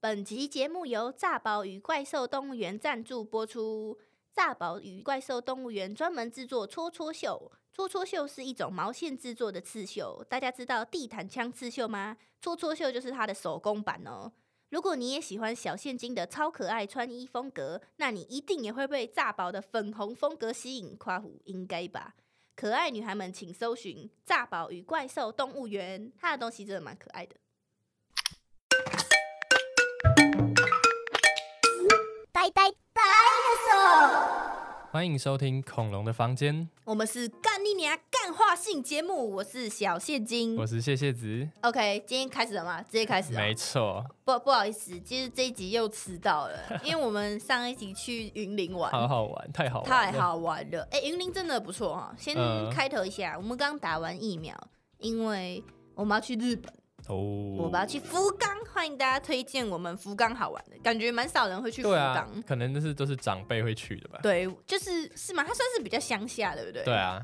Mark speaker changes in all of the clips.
Speaker 1: 本集节目由炸宝与怪兽动物园赞助播出。炸宝与怪兽动物园专门制作戳戳绣，戳戳绣是一种毛线制作的刺绣。大家知道地毯枪刺绣吗？戳戳绣就是它的手工版哦。如果你也喜欢小现金的超可爱穿衣风格，那你一定也会被炸宝的粉红风格吸引。夸虎应该吧？可爱女孩们，请搜寻“炸宝与怪兽动物园”，它的东西真的蛮可爱的。
Speaker 2: 呆呆 dinosaur，
Speaker 3: 欢迎收听《恐龙的房间
Speaker 1: 我们是干你娘干话性节目，我是小现》，金。
Speaker 3: 我是谢谢子。
Speaker 1: OK，今天开始了吗？直接开始、
Speaker 3: 没
Speaker 1: 哦。
Speaker 3: 错，
Speaker 1: 不不好意思，其实这一集又迟到了，因为我们上一集去云林玩，
Speaker 3: 好好玩，太好玩了，
Speaker 1: 太好玩了。哎、云林真的不错哈、先
Speaker 3: 嗯
Speaker 1: 开头一下，我们刚打完疫苗，因为我们要去日本，
Speaker 3: 哦！
Speaker 1: 我们要去福冈，欢迎大家推荐我们福冈好玩的，感觉蛮少人会去福
Speaker 3: 对啊
Speaker 1: 冈。，
Speaker 3: 可能那是都是长辈会去的吧？
Speaker 1: 对，就是是吗？它算是比较乡下，对不对？
Speaker 3: 对啊，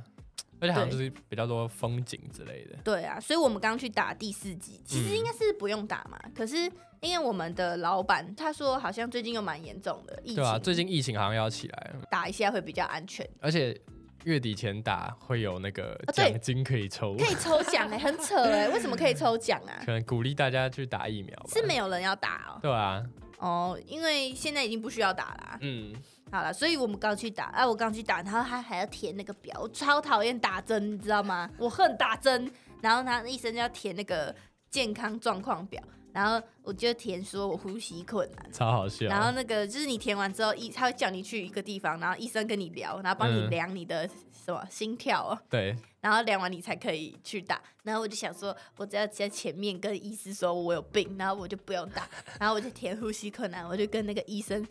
Speaker 3: 而且好像就是比较多风景之类的。
Speaker 1: 对啊，所以我们刚刚去打第四季，其实
Speaker 3: 嗯
Speaker 1: 应该是不用打嘛。可是因为我们的老板他说，好像最近又蛮严重的疫情，
Speaker 3: 对啊，最近疫情好像要起来了，
Speaker 1: 打一下会比较安全，
Speaker 3: 而且月底前打会有那个
Speaker 1: 啊对
Speaker 3: 奖金可以抽，
Speaker 1: 可以抽奖哎、很扯哎、为什么可以抽奖啊
Speaker 3: 可？能鼓励大家去打疫苗吧。
Speaker 1: 是没有人要打哦，
Speaker 3: 对啊，
Speaker 1: 哦，因为现在已经不需要打啦。
Speaker 3: 嗯，
Speaker 1: 好了，所以我们刚去打，啊，我刚去打，然后他还要填那个表，我超讨厌打针，你知道吗？我恨打针。然后他医生就要填那个健康状况表，然后我就填说我呼吸困难，
Speaker 3: 超好笑。
Speaker 1: 然后那个就是你填完之后，医他会叫你去一个地方，然后医生跟你聊，然后帮你
Speaker 3: 嗯
Speaker 1: 量你的什么心跳哦，
Speaker 3: 对，
Speaker 1: 然后量完你才可以去打。然后我就想说，我只要在前面跟医师说我有病，然后我就不用打，然后我就填呼吸困难，我就跟那个医生。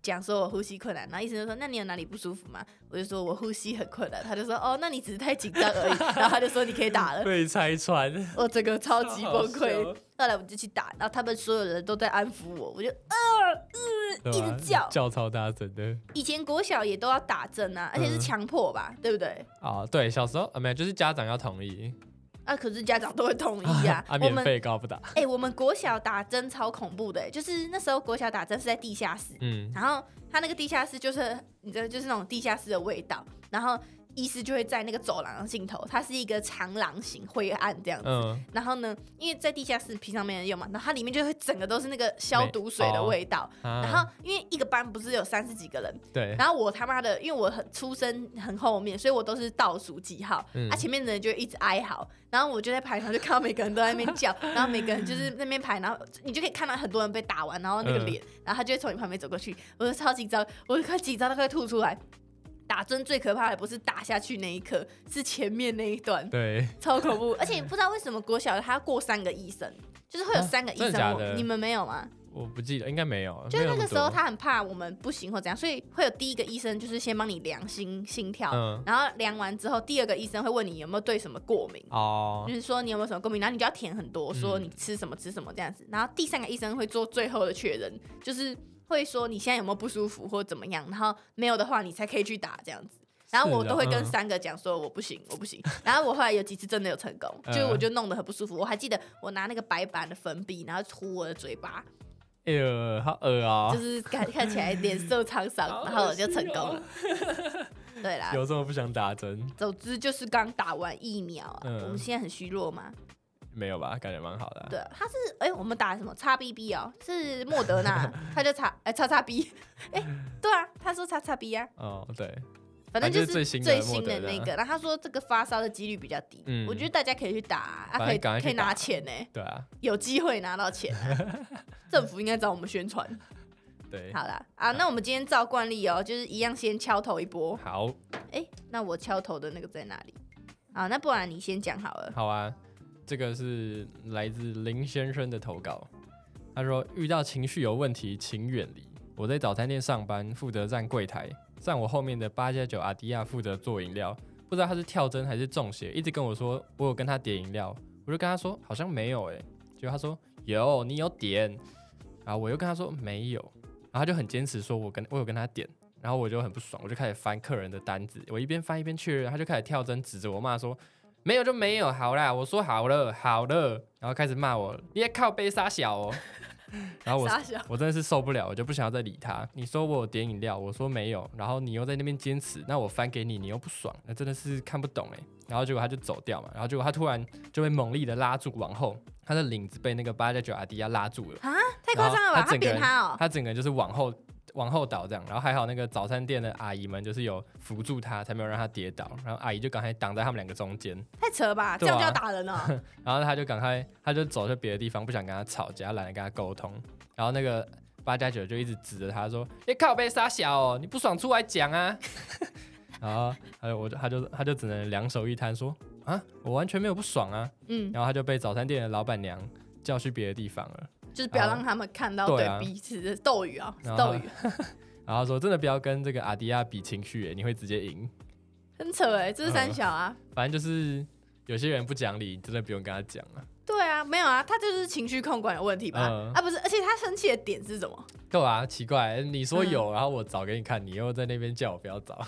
Speaker 1: 讲说我呼吸困难，然后医生就说：“那你有哪里不舒服吗？”我就说：“我呼吸很困难。”他就说：“哦，那你只是太紧张而已。”然后他就说：“你可以打了。
Speaker 3: 被拆穿，”
Speaker 1: 我整个超级崩
Speaker 3: 好
Speaker 1: 溃
Speaker 3: 笑。
Speaker 1: 后来我就去打，然后他们所有人都在安抚我，我就
Speaker 3: 对吧
Speaker 1: 一直叫
Speaker 3: 叫超大声的。
Speaker 1: 以前国小也都要打针啊，而
Speaker 3: 嗯
Speaker 1: 且是强迫吧，对不对？
Speaker 3: 啊，对，小时候啊，没有，就是家长要同意。
Speaker 1: 啊，可是家长都会同意啊
Speaker 3: 啊，
Speaker 1: 我
Speaker 3: 免
Speaker 1: 们
Speaker 3: 费告 不打，
Speaker 1: 哎、我们国小打针超恐怖的、就是那时候国小打针是在地下室，
Speaker 3: 嗯，
Speaker 1: 然后他那个地下室就是你知道，就是那种地下室的味道，然后医师就会在那个走廊的尽头，它是一个长廊型灰暗这样子。
Speaker 3: 嗯，
Speaker 1: 然后呢，因为在地下室平常没人用嘛，然后它里面就会整个都是那个消毒水的
Speaker 3: 哦
Speaker 1: 味道。
Speaker 3: 啊
Speaker 1: 然后因为一个班不是有三十几个人，
Speaker 3: 对，
Speaker 1: 然后我他妈的，因为我很出生很后面，所以我都是倒数几号，
Speaker 3: 嗯
Speaker 1: 啊，前面的人就一直哀嚎，然后我就在排上就看到每个人都在那边叫，然后每个人就是那边排，然后你就可以看到很多人被打完，然后那个
Speaker 3: 嗯
Speaker 1: 脸，然后他就会从你旁边走过去，我就超紧张，我就快紧张到快吐出来。打针最可怕的不是打下去那一刻，是前面那一段，
Speaker 3: 对，
Speaker 1: 超恐 怖。而且不知道为什么国小他要过三个医生，就是会有
Speaker 3: 啊
Speaker 1: 三个医
Speaker 3: 真
Speaker 1: 生
Speaker 3: 的假
Speaker 1: 我，
Speaker 3: 的
Speaker 1: 你们没有吗？
Speaker 3: 我不记得，应该没有，
Speaker 1: 就是
Speaker 3: 没有
Speaker 1: 那个
Speaker 3: 么
Speaker 1: 时候，
Speaker 3: 多，
Speaker 1: 他很怕我们不行或怎样，所以会有第一个医生就是先帮你量心心跳，
Speaker 3: 嗯，
Speaker 1: 然后量完之后，第二个医生会问你有没有对什么过敏，
Speaker 3: 哦
Speaker 1: 就，是说你有没有什么过敏，然后你就要填很多，说
Speaker 3: 嗯
Speaker 1: 你吃什么吃什么这样子。然后第三个医生会做最后的确认，就是会说你现在有没有不舒服或怎么样，然后没有的话你才可以去打这样子。然后我
Speaker 3: 是啊
Speaker 1: 都会跟
Speaker 3: 嗯
Speaker 1: 三个讲说我不行，我不行。然后我后来有几次真的有成功，
Speaker 3: 嗯
Speaker 1: 就是我就弄得很不舒服。我还记得我拿那个白板的粉笔，然后涂我的嘴巴，
Speaker 3: 哎呦，好恶啊
Speaker 1: 就，是看看起来脸色沧
Speaker 3: 好
Speaker 1: 桑，
Speaker 3: 恶哦
Speaker 1: 然后我就成功了。 对啦，
Speaker 3: 有这么不想打针？
Speaker 1: 总之就是刚打完疫苗啊，
Speaker 3: 嗯
Speaker 1: 我们现在很虚弱嘛。
Speaker 3: 没有吧？感觉蛮好的啊，
Speaker 1: 对啊，他是哎、我们打什么叉 B B 哦，是莫德 纳，他就叉哎叉叉 B，哎， 对啊，他说叉叉 B 啊，
Speaker 3: 哦，对，
Speaker 1: 反正就是
Speaker 3: 反正最新的
Speaker 1: 最新的
Speaker 3: 莫德纳
Speaker 1: 那个。然后他说这个发烧的几率比较低，
Speaker 3: 嗯
Speaker 1: 我觉得大家可以去打啊，啊
Speaker 3: 反
Speaker 1: 可以
Speaker 3: 正赶快去
Speaker 1: 可以拿
Speaker 3: 打
Speaker 1: 钱呢、
Speaker 3: 对啊，
Speaker 1: 有机会拿到钱啊、 政府应该找我们宣传。
Speaker 3: 对，
Speaker 1: 好啦，啊，那我们今天照惯例哦，就是一样先敲头一波。
Speaker 3: 好，
Speaker 1: 哎，那我敲头的那个在哪里？好，那不然你先讲好了。
Speaker 3: 好啊，这个是来自林先生的投稿，他说遇到情绪有问题，请远离。我在早餐店上班，负责站柜台，站我后面的八加九阿迪亚负责做饮料，不知道他是跳针还是中邪，一直跟我说我有跟他点饮料，我就跟他说好像没有诶、欸结果他说有，你有点，然后我又跟他说没有，然后他就很坚持说我跟我有跟他点。然后我就很不爽，我就开始翻客人的单子，我一边翻一边确认，他就开始跳针指着我骂说：“没有就没有，好啦，我说好了，好了，然后开始骂我，你也靠背杀小哦。然后我
Speaker 1: 傻笑，
Speaker 3: 我真的是受不了，我就不想要再理他。你说我有点饮料，我说没有，然后你又在那边坚持，那我翻给你，你又不爽，那真的是看不懂哎。然后结果他就走掉嘛，然后结果他突然就被猛力的拉住往后，他的领子被那个八加九阿迪亚拉住了，
Speaker 1: 啊，太夸张了吧？
Speaker 3: 然
Speaker 1: 他
Speaker 3: 后他整个人
Speaker 1: 扁他哦，
Speaker 3: 他整个就是往后往后倒这样，然后还好那个早餐店的阿姨们就是有扶住他，才没有让他跌倒。然后阿姨就刚才挡在他们两个中间，
Speaker 1: 太扯了吧？这
Speaker 3: 对
Speaker 1: 样
Speaker 3: 啊
Speaker 1: 就要打人哦了？
Speaker 3: 然后他就赶快，他就走去别的地方，不想跟他吵架，懒得跟他沟通。然后那个八加九就一直指着他说：“你、靠背傻小哦，你不爽出来讲啊！”然后他就我就他就他就只能两手一摊说：“啊，我完全没有不爽啊！”
Speaker 1: 嗯，
Speaker 3: 然后他就被早餐店的老板娘叫去别的地方了。
Speaker 1: 就是不要让他们看到
Speaker 3: 对啊
Speaker 1: 对彼此的斗鱼啊，是
Speaker 3: 然后
Speaker 1: 斗鱼
Speaker 3: 然后说：“真的不要跟这个阿迪亚比情绪耶，你会直接赢。
Speaker 1: 很扯哎，这是三小啊。
Speaker 3: 反正就是有些人不讲理，真的不用跟他讲啊。
Speaker 1: 对啊，没有啊，他就是情绪控管有问题吧？
Speaker 3: 嗯
Speaker 1: 啊，不是，而且他生气的点是什 么？
Speaker 3: 对啊，奇怪，你说有，然后我找给你看，你又在那边叫我不要找。”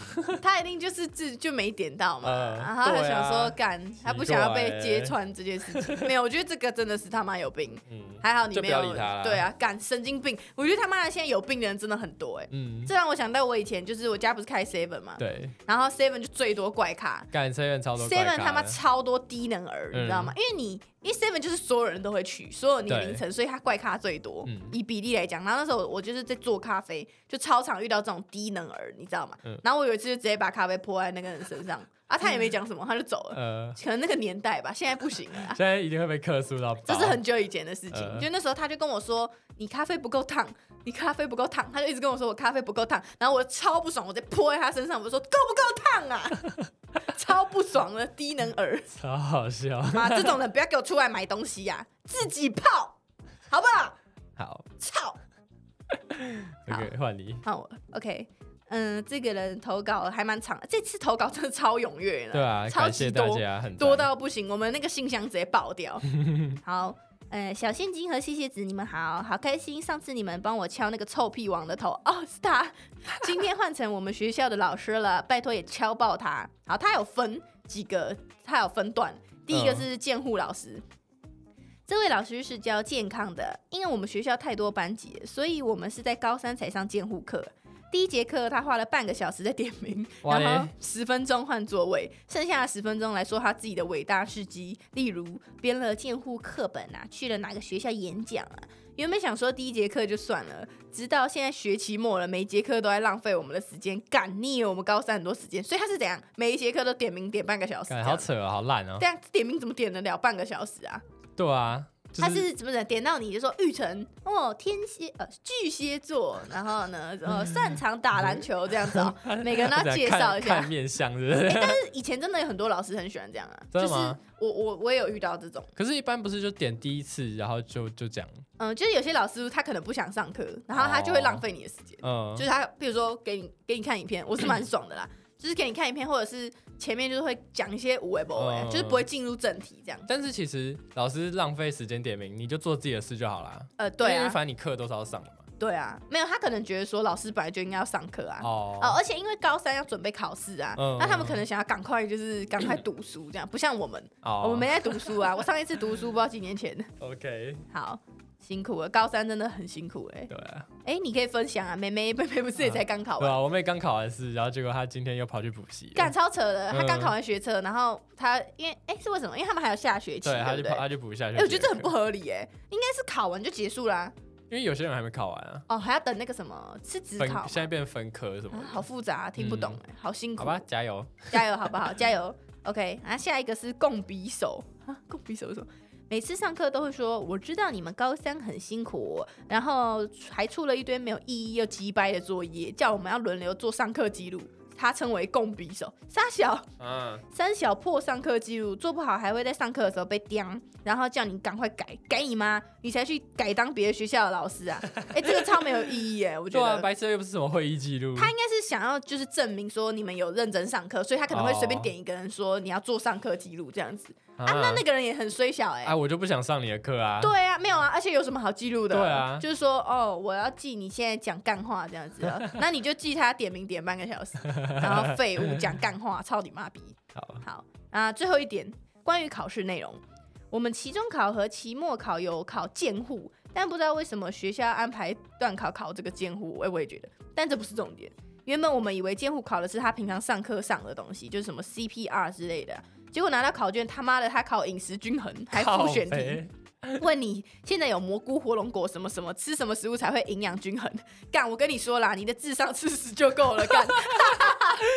Speaker 1: 他一定就是自就没点到嘛，
Speaker 3: 嗯
Speaker 1: 然后他
Speaker 3: 对啊
Speaker 1: 想说干，他不想要被揭穿这件事 情。没有，我觉得这个真的是他妈有病。
Speaker 3: 嗯
Speaker 1: 还好你没有，
Speaker 3: 就不要理他啦
Speaker 1: 对啊，干神经病！我觉得他妈的现在有病的人真的很多哎、
Speaker 3: 嗯，
Speaker 1: 这让我想到我以前就是我家不是开 seven 嘛，
Speaker 3: 对，
Speaker 1: 然后 seven 就最多怪咖
Speaker 3: 干 seven 超多怪咖
Speaker 1: seven 他妈
Speaker 3: 的嗯
Speaker 1: 超多低能儿，你知道吗？因为你因为 seven 就是所有人都会去，所有年龄层，所以他怪咖最多。
Speaker 3: 嗯
Speaker 1: 以比例来讲，然后那时候我就是在做咖啡，就超常遇到这种低能儿，你知道吗？
Speaker 3: 嗯
Speaker 1: 然后我有一次就直接把咖啡泼在那个人身上，啊，他也没讲什么，他就走了。
Speaker 3: 呃，
Speaker 1: 可能那个年代吧，现在不行了 啊。
Speaker 3: 现在一定会被克诉到爆，
Speaker 1: 这是很久以前的事情，
Speaker 3: 嗯
Speaker 1: 就那时候他就跟我说：“你咖啡不够烫， 你咖啡不够烫。”他就一直跟我说我咖啡不够烫，然后我超不爽，我直接泼在他身上，我就说：“够不够烫啊？” 超不爽的低能 儿，
Speaker 3: 超好笑。
Speaker 1: 妈，这种人不要给我出来买东西呀、自己泡，好不好？
Speaker 3: 好
Speaker 1: 操！好
Speaker 3: ，OK，换你。
Speaker 1: 好我，OK，嗯，这个人投稿还蛮长的，这次投稿真的超踊跃了，
Speaker 3: 对啊，
Speaker 1: 超
Speaker 3: 感
Speaker 1: 级
Speaker 3: 谢
Speaker 1: 多
Speaker 3: 大家，很
Speaker 1: 多
Speaker 3: 赞
Speaker 1: 到不行，我们那个信箱直接爆 掉。好，呃，小现金和谢谢子，你们好好开心。上次你们帮我敲那个臭屁王的头，哦，是他。今天换成我们学校的老师了，拜托也敲爆他。好，他有分几个，他有分段。第一个
Speaker 3: 嗯
Speaker 1: 是监护老师。这位老师是教健康的，因为我们学校太多班级了，所以我们是在高三才上监护课。第一节课他花了半个小时在点名，
Speaker 3: 哇嘞
Speaker 1: 然后十分钟换座位，剩下的十分钟来说他自己的伟大事迹，例如编了监护课本啊，去了哪个学校演讲啊。原本想说第一节课就算了，直到现在学期末了，每一节课都在浪费我们的时间，干腻了我们高三很多时间，所以他是怎样，每一节课都点名点半个小时这
Speaker 3: 感
Speaker 1: 样，
Speaker 3: 好扯哦，好烂哦
Speaker 1: 这。样点名怎么点得了半个小时啊？
Speaker 3: 对啊，就
Speaker 1: 他是怎么的？点到你就说玉成哦，天蝎呃巨蟹座，然后呢
Speaker 3: 嗯
Speaker 1: 呃擅长打篮球这样 子哦，每个人都要
Speaker 3: 看
Speaker 1: 介绍一下
Speaker 3: 看。面相，是不是？
Speaker 1: 但是以前真的有很多老师很喜欢这样啊，
Speaker 3: 真
Speaker 1: 就
Speaker 3: 的
Speaker 1: 是
Speaker 3: 吗
Speaker 1: 我我我也有遇到这种，
Speaker 3: 可是，一般不是就点第一次，然后就就讲，
Speaker 1: 嗯，就是有些老师他可能不想上课，然后他就会
Speaker 3: 哦
Speaker 1: 浪费你的时间，
Speaker 3: 嗯
Speaker 1: 就是他比如说给你给你看影片，我是蛮爽的啦，就是给你看影片，或者是前面就是会讲一些无为不为，
Speaker 3: 嗯
Speaker 1: 就是不会进入正题这样，
Speaker 3: 但是其实老师浪费时间点名，你就做自己的事就好啦。
Speaker 1: 呃，对
Speaker 3: 因为
Speaker 1: 啊，
Speaker 3: 反正你课都是要上的嘛。
Speaker 1: 对啊，没有他可能觉得说老师本来就应该要上课啊，哦，
Speaker 3: 哦，
Speaker 1: 而且因为高三要准备考试啊，
Speaker 3: 嗯
Speaker 1: 那他们可能想要赶快就是赶快读书，这样不像我们，我
Speaker 3: 哦
Speaker 1: 们没在读书啊。我上一次读书不知道几年前，
Speaker 3: ，OK，
Speaker 1: 好辛苦了，高三真的很辛苦哎、欸。
Speaker 3: 对啊，
Speaker 1: 哎、你可以分享啊，妹妹妹妹不是也才刚考
Speaker 3: 对
Speaker 1: 完，
Speaker 3: 啊，我妹刚考完试，然后结果她今天又跑去补习了，
Speaker 1: 干、超扯的，她
Speaker 3: 嗯
Speaker 1: 刚考完学测，然后她因为哎、是为什么？因为他们还有下学期，
Speaker 3: 对，她
Speaker 1: 对不
Speaker 3: 就
Speaker 1: 对
Speaker 3: 跑，？她就补一下去。
Speaker 1: 哎、我觉得这很不合理哎、应该是考完就结束啦、
Speaker 3: 因为有些人还没考完啊，
Speaker 1: 哦，还要等那个什么是职
Speaker 3: 分
Speaker 1: 考吗
Speaker 3: 现在变分科什么
Speaker 1: 啊，
Speaker 3: 的，
Speaker 1: 好复杂、听不懂哎、好辛苦。
Speaker 3: 嗯好吧，加油。
Speaker 1: 加油好不好？加油，OK。啊，下一个是共匕首 啊，共匕首是什么？每次上课都会说，我知道你们高三很辛苦，然后还出了一堆没有意义又鸡掰的作业，叫我们要轮流做上课记录。他称为共匕首，傻小
Speaker 3: 嗯，
Speaker 1: 三小破上课记录，做不好还会在上课的时候被刁，然后叫你赶快改，改你妈，你才去改当别的学校的老师啊！哎、这个超没有意义哎，我觉
Speaker 3: 对
Speaker 1: 得。
Speaker 3: 啊，白痴又不是什么会议记录，
Speaker 1: 他应该是想要就是证明说你们有认真上课，所以他可能会
Speaker 3: 哦
Speaker 1: 随便点一个人说你要做上课记录这样子、
Speaker 3: 啊
Speaker 1: 啊。那那个人也很衰小哎、
Speaker 3: 啊，我就不想上你的课啊。
Speaker 1: 对啊，没有啊，而且有什么好记录的？
Speaker 3: 对啊
Speaker 1: 就是说哦，我要记你现在讲干话这样子 啊，那你就记他点名点半个小时，然后废物讲干话，操你妈逼！
Speaker 3: 好，
Speaker 1: 好啊，最后一点关于考试内容，我们期中考和期末考有考监护，但不知道为什么学校安排段考考这个监护，哎，我也觉得，但这不是重点。原本我们以为监护考的是他平常上课上的东西，就是什么 CPR 之类的啊、结果拿到考卷，他妈的他考饮食均衡，还
Speaker 3: 靠
Speaker 1: 复选题，
Speaker 3: 北
Speaker 1: 问你现在有蘑菇、火龙果什么什么，吃什么食物才会营养均衡？干，我跟你说啦，你的智商四十就够了，干，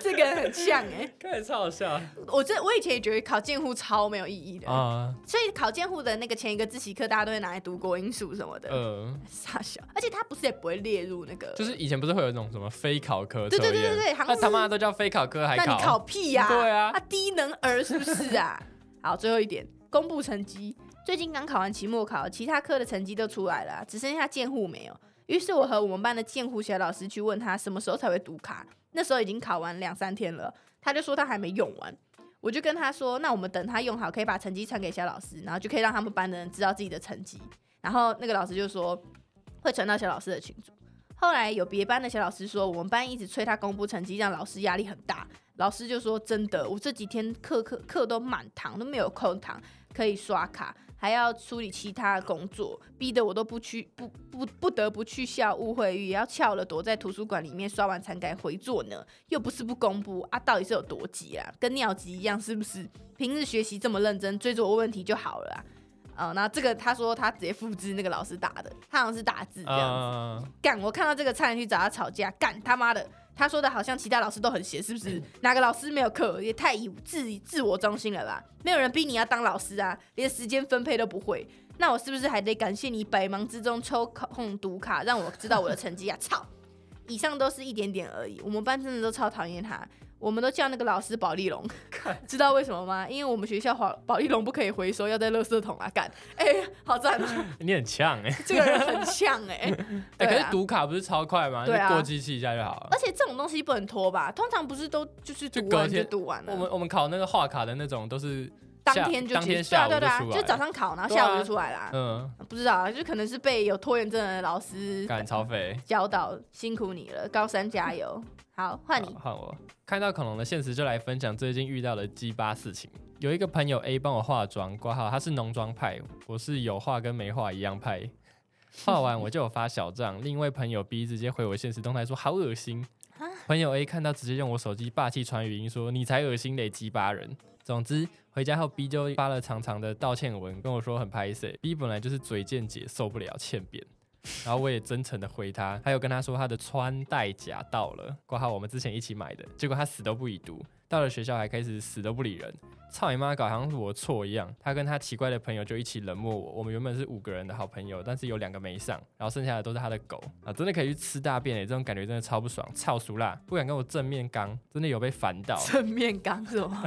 Speaker 1: 这个很像哎、
Speaker 3: 看超好笑
Speaker 1: 我这我以前也觉得考监护超没有意义的，
Speaker 3: 啊，
Speaker 1: 所以考监护的那个前一个自习课，大家都会拿来读国英数什么的，
Speaker 3: 呃，
Speaker 1: 傻笑。而且他不是也不会列入那个，
Speaker 3: 就是以前不是会有那种什么非考科测
Speaker 1: 对
Speaker 3: 验，
Speaker 1: 对对对对好像
Speaker 3: 那他妈都叫非考科还
Speaker 1: 那你考屁呀、
Speaker 3: 对啊
Speaker 1: 啊低能儿是不是 啊？好，最后一点，公布成绩。最近刚考完期末考，其他科的成绩都出来了啊、只剩下建护没有。于是我和我们班的建护小老师去问他什么时候才会读卡，那时候已经考完两三天了，他就说他还没用完。我就跟他说，那我们等他用好，可以把成绩传给小老师，然后就可以让他们班的人知道自己的成绩。然后那个老师就说会传到小老师的群组。后来有别班的小老师说，我们班一直催他公布成绩，让老师压力很大。老师就说：“真的，我这几天课课课都满堂，都没有空堂可以刷卡，还要处理其他工作，逼得我都不去不不不得不去校务会议，也要翘了躲在图书馆里面刷完才敢回座呢。又不是不公布啊，到底是有多急啊？跟尿急一样是不是？平日学习这么认真，追着我问题就好了啊。”哦，那这个他说他直接复制那个老师打的，他好像是打字这样子。
Speaker 3: 啊，
Speaker 1: 干！我看到这个差点去找他吵架，干他妈的！他说的好像其他老师都很闲，是不是？哪个老师没有课？也太以自自我中心了吧？没有人逼你要当老师啊，连时间分配都不会。那我是不是还得感谢你百忙之中抽空读卡，让我知道我的成绩啊？ 操！以上都是一点点而已，我们班真的都超讨厌他，我们都叫那个老师保利龙，知道为什么吗？因为我们学校保保利龙不可以回收，要在垃圾桶啊！干，哎、好赞哦、
Speaker 3: 你很呛 哎、
Speaker 1: 这个人很呛哎、
Speaker 3: 哎
Speaker 1: 对
Speaker 3: 可
Speaker 1: 啊
Speaker 3: 是读卡不是超快吗？
Speaker 1: 对啊
Speaker 3: 就过机器一下就好了
Speaker 1: 而。且这种东西不能拖吧？通常不是都就是
Speaker 3: 就
Speaker 1: 读
Speaker 3: 隔
Speaker 1: 完就
Speaker 3: 天
Speaker 1: 读完了，
Speaker 3: 我们我们考那个画卡的那种都是
Speaker 1: 当
Speaker 3: 下
Speaker 1: 天就
Speaker 3: 当
Speaker 1: 结
Speaker 3: 天
Speaker 1: 对啊
Speaker 3: 下午
Speaker 1: 对
Speaker 3: 就
Speaker 1: 啊对啊，
Speaker 3: 出来
Speaker 1: 就
Speaker 3: 了
Speaker 1: 早上考，然后
Speaker 3: 对啊
Speaker 1: 下午就出来啦。
Speaker 3: 嗯，
Speaker 1: 不知道啊，就可能是被有拖延症的老 师
Speaker 3: 赶超肥。
Speaker 1: 教导，辛苦你了，高三加 油！好，换你，
Speaker 3: 好换我。看到恐龙的现实，就来分享最近遇到的鸡巴事情。有一个朋友 A 帮我化妆，挂号他是浓妆派，我是有画跟没画一样派。画完我就有发小账，另一位朋友 B 直接回我现实动态说好恶心。朋友 A 看到直接用我手机霸气传语音说你才恶心嘞鸡巴人。总之回家后 B 就发了长长的道歉文，跟我说很拍谁。B 本来就是嘴贱姐，受不了欠扁。然后我也真诚的回他， 还有跟他说他的穿戴甲到了，挂号我们之前一起买的，结果他死都不已读，到了学校还开始死都不理人，操你妈搞，好像是我错一样。他跟他奇怪的朋友就一起冷漠我，我们原本是五个人的好朋友，但是有两个没上，然后剩下的都是他的狗啊，真的可以去吃大便诶、欸这种感觉真的超不爽，操熟啦，不敢跟我正面刚，真的有被烦到
Speaker 1: 正面刚是吗？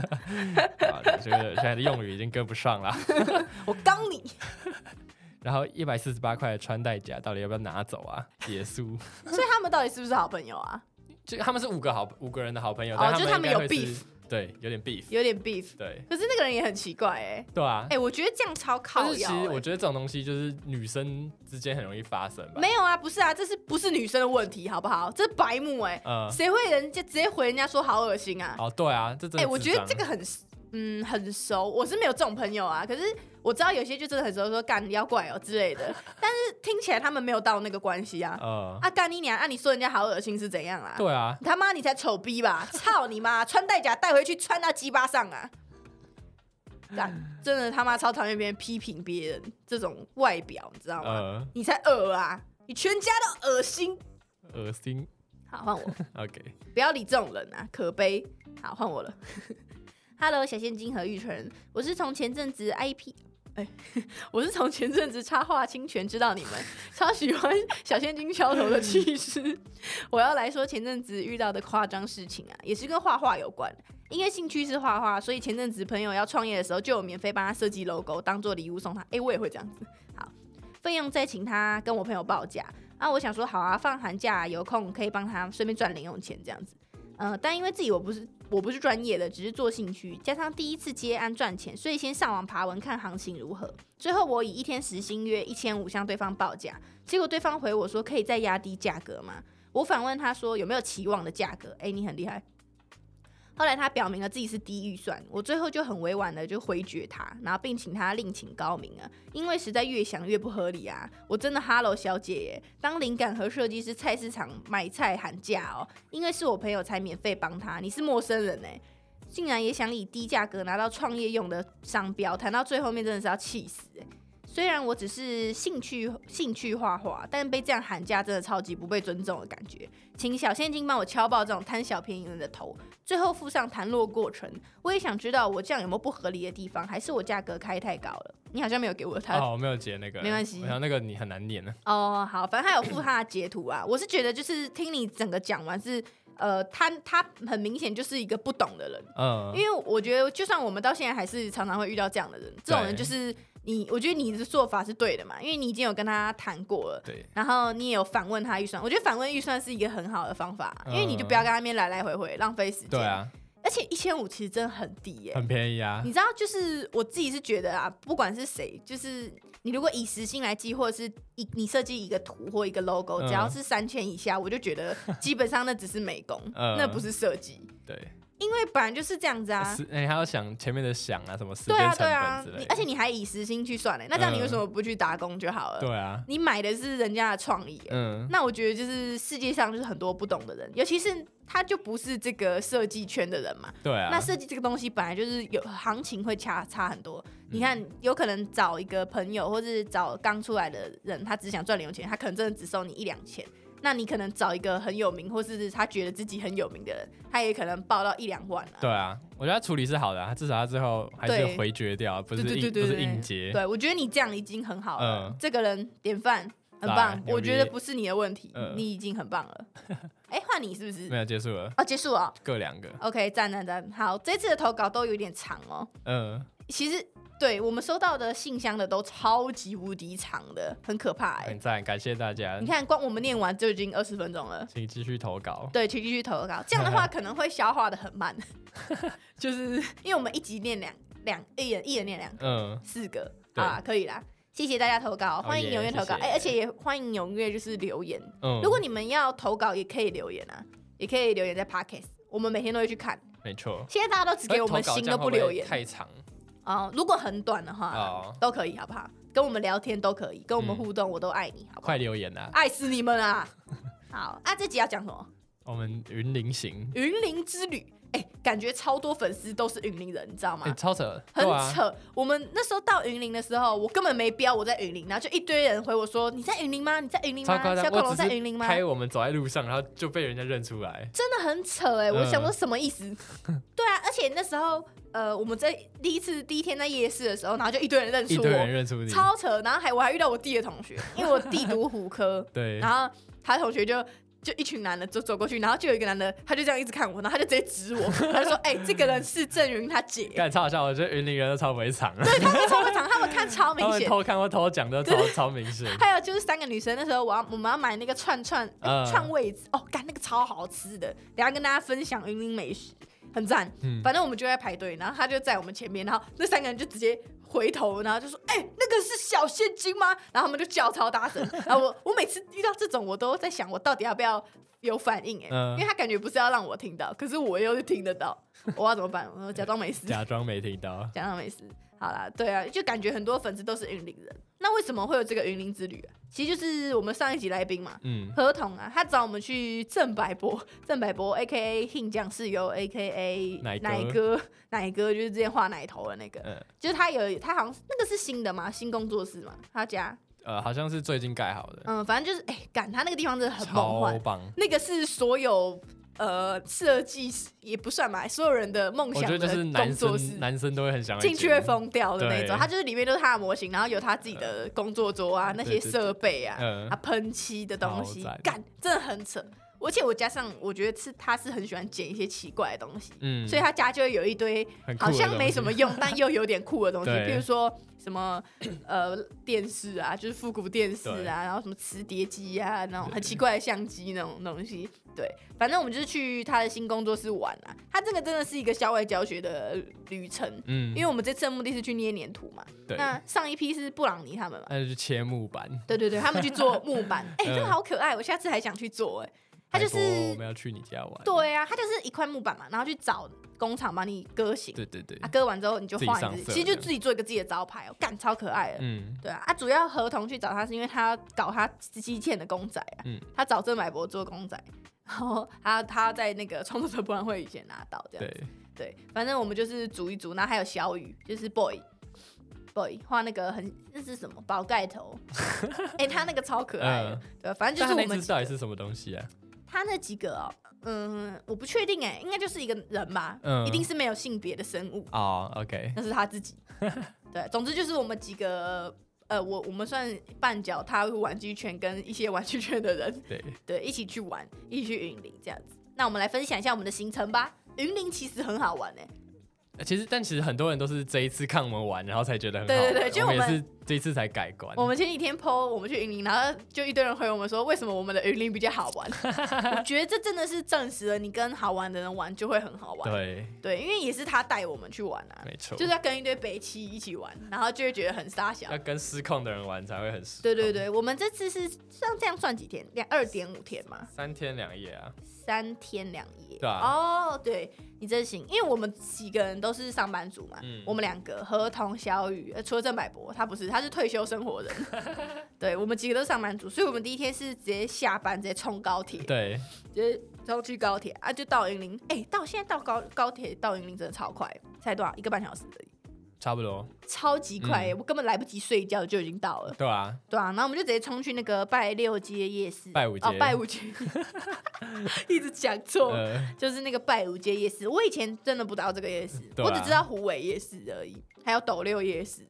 Speaker 3: 啊这个现在的用语已经跟不上啦。
Speaker 1: 我刚你，
Speaker 3: 然后一百四十八块的穿戴甲到底要不要拿走啊？结束。
Speaker 1: 所以他们到底是不是好朋友啊？
Speaker 3: 就他们是五个好五个人的好朋友，
Speaker 1: 哦
Speaker 3: 但
Speaker 1: 就是他们
Speaker 3: 应该会
Speaker 1: 有
Speaker 3: 是对，有点 beef，
Speaker 1: 有点 beef，
Speaker 3: 对
Speaker 1: 可是那个人也很奇怪哎、
Speaker 3: 对啊
Speaker 1: 哎、。我觉得这样超
Speaker 3: 但
Speaker 1: 靠
Speaker 3: 是其
Speaker 1: 腰、
Speaker 3: 实
Speaker 1: 欸。
Speaker 3: 我觉得这种东西就是女生之间很容易发生吧。
Speaker 1: 没有啊，不是啊，这是不是女生的问题好不好？这是白目哎、
Speaker 3: 呃，
Speaker 1: 谁会人家直接回人家说好恶心啊？
Speaker 3: 哦对啊，这真的
Speaker 1: 哎、我觉得
Speaker 3: 智
Speaker 1: 这
Speaker 3: 障
Speaker 1: 个很，嗯，很熟。我是没有这种朋友啊，可是我知道有些就真的很熟，说干你要怪哦之类的。但是听起来他们没有到那个关系啊。
Speaker 3: 呃，
Speaker 1: 啊，干你娘！啊，你说人家好恶心是怎样啊？
Speaker 3: 对啊，
Speaker 1: 你他妈你才丑逼吧！操你妈！穿戴甲带回去穿到鸡巴上啊！干，真的他妈超讨厌别人批评别人这种外表，你知道吗？
Speaker 3: 呃，
Speaker 1: 你才恶啊！你全家都恶心。
Speaker 3: 恶心。
Speaker 1: 好，换我。
Speaker 3: OK，
Speaker 1: 不要理这种人啊，可悲。好，换我了。Hello，小现金和玉纯，我是从前阵子 IP。哎， 我是从前阵子插画侵权知道你们超喜欢小现金敲头的气势。 我要来说前阵子遇到的夸张事情啊，也是跟画画有关。因为兴趣是画画，所以前阵子朋友要创业的时候，就有免费帮他设计 logo 当做礼物送他。哎，我也会这样子。好，费用再请他跟我朋友报价。啊，我想说好啊，放寒假有空可以帮他顺便赚零用钱这样子。呃，但因为自己我不是我不是专业的，只是做兴趣，加上第一次接案赚钱，所以先上网爬文看行情如何。最后我以一天时薪约一千五向对方报价，结果对方回我说可以再压低价格吗？我反问他说有没有期望的价格？诶，你很厉害。后来他表明了自己是低预算，我最后就很委婉的就回绝他，然后并请他另请高明啊，因为实在越想越不合理啊！我真的 Hello 小姐耶，当灵感和设计师菜市场买菜喊价哦，因为是我朋友才免费帮他，你是陌生人哎，竟然也想以低价格拿到创业用的商标，谈到最后面真的是要气死哎！虽然我只是兴趣兴趣画画，但被这样喊价真的超级不被尊重的感觉，请小现金帮我敲爆这种贪小便宜人的头，最后附上谈落过程。我也想知道我这样有没有不合理的地方，还是我价格开太高了？你好像没有给我他的
Speaker 3: 哦，我没有截那个，
Speaker 1: 没关系
Speaker 3: 然后那个你很难念啊呢。
Speaker 1: 哦，好，反正他有附他的截图啊。我是觉得就是听你整个讲完是，呃，他他很明显就是一个不懂的人，
Speaker 3: 嗯，
Speaker 1: 因为我觉得就算我们到现在还是常常会遇到这样的人，这种人就是你，我觉得你的做法是对的嘛，因为你已经有跟他谈过了。
Speaker 3: 对，
Speaker 1: 然后你也有反问他预算，我觉得反问预算是一个很好的方法，因为你就
Speaker 3: 嗯
Speaker 1: 不要跟他那边来来回回，浪费时间。
Speaker 3: 对，啊，
Speaker 1: 而且一千五其实真的很低耶、
Speaker 3: 很便宜啊
Speaker 1: 你。知道，就是我自己是觉得啊，不管是谁，就是你如果以时薪来计，或者是一你设计一个图或一个 logo，、
Speaker 3: 嗯
Speaker 1: 只要是三千以下，我就觉 得基本上那只是美工，
Speaker 3: 嗯
Speaker 1: 那不是设计，
Speaker 3: 对，
Speaker 1: 因为本来就是这样子啊。
Speaker 3: 时哎你还要想前面的想啊，什么时
Speaker 1: 对
Speaker 3: 间
Speaker 1: 啊，
Speaker 3: 成
Speaker 1: 对啊
Speaker 3: 本之，类
Speaker 1: 你
Speaker 3: 的。
Speaker 1: 而且你还以时薪去算嘞、欸那这样你
Speaker 3: 嗯
Speaker 1: 为什么不去打工就好了？
Speaker 3: 对啊，
Speaker 1: 你买的是人家的创意、欸
Speaker 3: 嗯，
Speaker 1: 那我觉得就是世界上就是很多不懂的人，尤其是他就不是这个设计圈的人嘛，
Speaker 3: 对啊。
Speaker 1: 那设计这个东西本来就是有行情会差差很多，
Speaker 3: 嗯
Speaker 1: 你看有可能找一个朋友或是找刚出来的人，他只想赚零用钱，他可能真的只收你一两千。那你可能找一个很有名，或是他觉得自己很有名的人，他也可能报到一两万啊。
Speaker 3: 对啊，我觉得他处理是好的、啊，他至少他最后还是
Speaker 1: 对
Speaker 3: 回绝掉，不是
Speaker 1: 对对
Speaker 3: 硬
Speaker 1: 对对
Speaker 3: 不是
Speaker 1: 对
Speaker 3: 硬结。
Speaker 1: 对，我觉得你这样已经很好了，
Speaker 3: 嗯
Speaker 1: 这个人典范，很
Speaker 3: 来
Speaker 1: 棒。
Speaker 3: 牛
Speaker 1: 我
Speaker 3: 逼
Speaker 1: 觉得不是你的问题，
Speaker 3: 嗯
Speaker 1: 你已经很棒了。 哎、换你是不是
Speaker 3: 没？有结束了，
Speaker 1: 哦，结束了。
Speaker 3: 各两个。
Speaker 1: OK，赞赞赞，好，这次的投稿都有点长哦。
Speaker 3: 嗯，
Speaker 1: 其实对我们收到的信箱的都超级无敌长的，很可怕哎、
Speaker 3: 很赞，感谢大家
Speaker 1: 你，看，光我们念完就已经二十分钟了。
Speaker 3: 请继续投稿。
Speaker 1: 对，请继续投稿。这样的话可能会消化的很慢，就是因为我们一集念两两一人一人念两个
Speaker 3: 嗯，
Speaker 1: 四个，好
Speaker 3: 对
Speaker 1: 啦，可以啦。谢谢大家投稿，欢迎
Speaker 3: 耶
Speaker 1: 踊跃投稿，
Speaker 3: 谢谢
Speaker 1: 哎、而且也欢迎踊跃就是留言。
Speaker 3: 嗯，
Speaker 1: 如果你们要投稿，也可以留言啊，也可以留言在 Podcast，我们每天都会去看。
Speaker 3: 没错，呃
Speaker 1: 现在大家都只给我们
Speaker 3: 哎投稿
Speaker 1: 心
Speaker 3: 这
Speaker 1: 都
Speaker 3: 样
Speaker 1: 不
Speaker 3: 会会
Speaker 1: 留言，
Speaker 3: 太长。
Speaker 1: 哦，如果很短的话，
Speaker 3: 哦
Speaker 1: 都可以，好不好？跟我们聊天都可以，跟我们
Speaker 3: 嗯
Speaker 1: 互动，我都爱你，好不好？
Speaker 3: 快留言 啊！
Speaker 1: 爱死你们啊！好啊，这集要讲什 么？
Speaker 3: 我们云林行，
Speaker 1: 云林之旅，哎、感觉超多粉丝都是云林人，你知道吗？
Speaker 3: 哎、超扯，
Speaker 1: 很
Speaker 3: 对啊，
Speaker 1: 扯，我们那时候到云林的时候，我根本没标我在云林，然后就一堆人回我说：“你在云林吗？你在云林
Speaker 3: 超
Speaker 1: 吗？
Speaker 3: 夸张
Speaker 1: 小。恐龙
Speaker 3: 我只
Speaker 1: 在
Speaker 3: 是
Speaker 1: 云林吗？”
Speaker 3: 拍我们走在路上，然后就被人家认出来。
Speaker 1: 真的很扯哎、我
Speaker 3: 嗯
Speaker 1: 想说什么意思？对啊，而且那时候呃，我们在第一次第一天在夜市的时候，然后就一堆人认出
Speaker 3: 一
Speaker 1: 我，
Speaker 3: 堆人认出你，，
Speaker 1: 超扯，然后还我还遇到我弟的同学，因为我弟读虎科
Speaker 3: 对，
Speaker 1: 然后他的同学就就一群男的走走过去，然后就有一个男的，他就这样一直看我，然后他就直接指我，他就说：“哎、这个人是郑云他姐。”
Speaker 3: 干超好笑，我觉得云林人都超没场，
Speaker 1: 对，他们超会讲，他们看超
Speaker 3: 他
Speaker 1: 明
Speaker 3: 们
Speaker 1: 显。
Speaker 3: 偷看或偷讲都超超明 显。
Speaker 1: 还有就是三个女生，那时候我要我们要买那个串串、哎
Speaker 3: 嗯
Speaker 1: 串位子，哦，干那个超好吃的，等一下跟大家分享云林美食，很赞。
Speaker 3: 嗯
Speaker 1: 反正我们就在排队，然后他就在我们前面，然后那三个人就直接回头，然后就说：“哎、那个是小现金吗？”然后他们就叫超大 声。然后我我每次遇到这种，我都在想，我到底要不要有反应、哎、
Speaker 3: 嗯
Speaker 1: 因为他感觉不是要让我听到，可是我又是听得到，我要怎么办？我假装没事，
Speaker 3: 假装没听到，
Speaker 1: 假装没事。好啦，对啊，就感觉很多粉丝都是云林人。那为什么会有这个云林之旅啊？其实就是我们上一集来宾嘛，
Speaker 3: 嗯，
Speaker 1: 合同啊，他找我们去郑柏博，郑柏博 A K A 信酱室友 A K A
Speaker 3: 奶哥
Speaker 1: 奶哥，奶哥就是之前画奶头的那个，
Speaker 3: 嗯
Speaker 1: 就是他有他好像那个是新的嘛，新工作室嘛，他家，
Speaker 3: 呃，好像是最近盖好的，
Speaker 1: 嗯，反正就是哎，赶、他那个地方真的很梦
Speaker 3: 超
Speaker 1: 幻，
Speaker 3: 棒。
Speaker 1: 那个是所有呃设计师也不算吧，所有人的梦
Speaker 3: 我
Speaker 1: 想
Speaker 3: 觉得
Speaker 1: 的
Speaker 3: 就是男
Speaker 1: 工作室
Speaker 3: 生，男生都会很想要
Speaker 1: 进去会
Speaker 3: 剪
Speaker 1: 疯掉的那种。
Speaker 3: 对嗯
Speaker 1: 它就是里面都是他的模型，然后有他自己的工作桌啊，那些
Speaker 3: 对对
Speaker 1: 设备啊，
Speaker 3: 嗯
Speaker 1: 啊喷漆的东西
Speaker 3: 超赞，
Speaker 1: 干真的很扯。而且我加上，我觉得是他是很喜欢捡一些奇怪的东西，
Speaker 3: 嗯，
Speaker 1: 所以他家就会有一堆
Speaker 3: 很酷的
Speaker 1: 好像没什么用，但又有点酷的东西，
Speaker 3: 对
Speaker 1: 比如说什么呃电视啊，就是复古电视啊，然后什么磁碟机啊，那种
Speaker 3: 对
Speaker 1: 很奇怪的相机那种东西。对，反正我们就是去他的新工作室玩啊。他这个真的是一个校外教学的旅程，
Speaker 3: 嗯，
Speaker 1: 因为我们这次的目的是去捏黏土嘛。
Speaker 3: 对，
Speaker 1: 那上一批是布朗尼他们嘛？
Speaker 3: 那就切木板，
Speaker 1: 对对对，他们去做木板，哎、这
Speaker 3: 嗯
Speaker 1: 个好可爱，我下次还想去做哎、它就
Speaker 3: 拜托
Speaker 1: 是
Speaker 3: 我们要去你家玩。
Speaker 1: 对啊，它就是一块木板嘛，然后去找工厂帮你割形，
Speaker 3: 对对对
Speaker 1: 啊，，割完之后你就画
Speaker 3: 自己上
Speaker 1: 你自己，
Speaker 3: 色
Speaker 1: 其实就
Speaker 3: 这样
Speaker 1: 自己做一个自己的招牌哦，干超可爱的。
Speaker 3: 嗯，
Speaker 1: 对啊，啊，主要合同去找他是因为他要搞他基欠的公仔啊，
Speaker 3: 嗯
Speaker 1: 他找郑买博做公仔，然后他他在那个创作者博览会以前拿到这样，
Speaker 3: 对，
Speaker 1: 对啊反正我们就是组一组，然后还有小雨，就是 boy boy 画那个很那是什么宝盖 头，哎、他那个超可爱的，
Speaker 3: 嗯
Speaker 1: 对，反正
Speaker 3: 但
Speaker 1: 就
Speaker 3: 它
Speaker 1: 是我
Speaker 3: 那
Speaker 1: 们
Speaker 3: 只到底是什么东西啊？
Speaker 1: 他那几个哦，嗯，我不确定哎、应该就是一个人吧，
Speaker 3: 嗯
Speaker 1: 一定是没有性别的生物，
Speaker 3: 哦，OK，
Speaker 1: 那是他自己。 对，总之就是我们几个呃，我我们算绊脚踏入玩具圈，跟一些玩具圈的人，
Speaker 3: 对，
Speaker 1: 对，一起去玩，一起去云林这样子。那我们来分享一下我们的行程吧。云林其实很好玩哎、
Speaker 3: 呃其实但其实很多人都是这一次看我们玩，然后才觉得很好
Speaker 1: 对对
Speaker 3: 玩。
Speaker 1: 对就是
Speaker 3: 我
Speaker 1: 我
Speaker 3: 们
Speaker 1: 们
Speaker 3: 也是这一次才改观。
Speaker 1: 我们前几天 PO 我们去云林，然后就一堆人回我们说，为什么我们的云林比较好 玩？我觉得这真的是证实了，你跟好玩的人玩就会很好玩。
Speaker 3: 对，
Speaker 1: 对，因为也是他带我们去玩啊，
Speaker 3: 没错，
Speaker 1: 就是要跟一堆北七一起玩，然后就会觉得很傻小
Speaker 3: 要。跟失控的人玩才会很失。
Speaker 1: 对对，对，我们这次是像这样算几天？两二点五天嘛，
Speaker 3: 三天两夜啊，
Speaker 1: 三天两夜。
Speaker 3: 对啊
Speaker 1: 哦，对你真行，因为我们几个人都是上班族嘛，
Speaker 3: 嗯
Speaker 1: 我们两个合同小雨，呃除了郑柏博，他不是，他是退休生 活人。对，我们几个都是上班族，所以我们第一天是直接下班直接冲高铁，
Speaker 3: 对，
Speaker 1: 直接冲去高铁啊，就到云林。哎、到现在到高高铁到云林真的超快，才多少一个半小时而已。
Speaker 3: 差不多，
Speaker 1: 超级快、
Speaker 3: 嗯
Speaker 1: 我根本来不及睡觉就已经到了。
Speaker 3: 对啊，
Speaker 1: 对啊，然后我们就直接冲去那个拜六街夜市，
Speaker 3: 拜五街
Speaker 1: 哦，拜五街， 一直讲错，
Speaker 3: 呃，
Speaker 1: 就是那个拜五街夜市。我以前真的不知道这个夜市，
Speaker 3: 对啊
Speaker 1: 我只知道虎尾夜市而已，还有斗六夜市。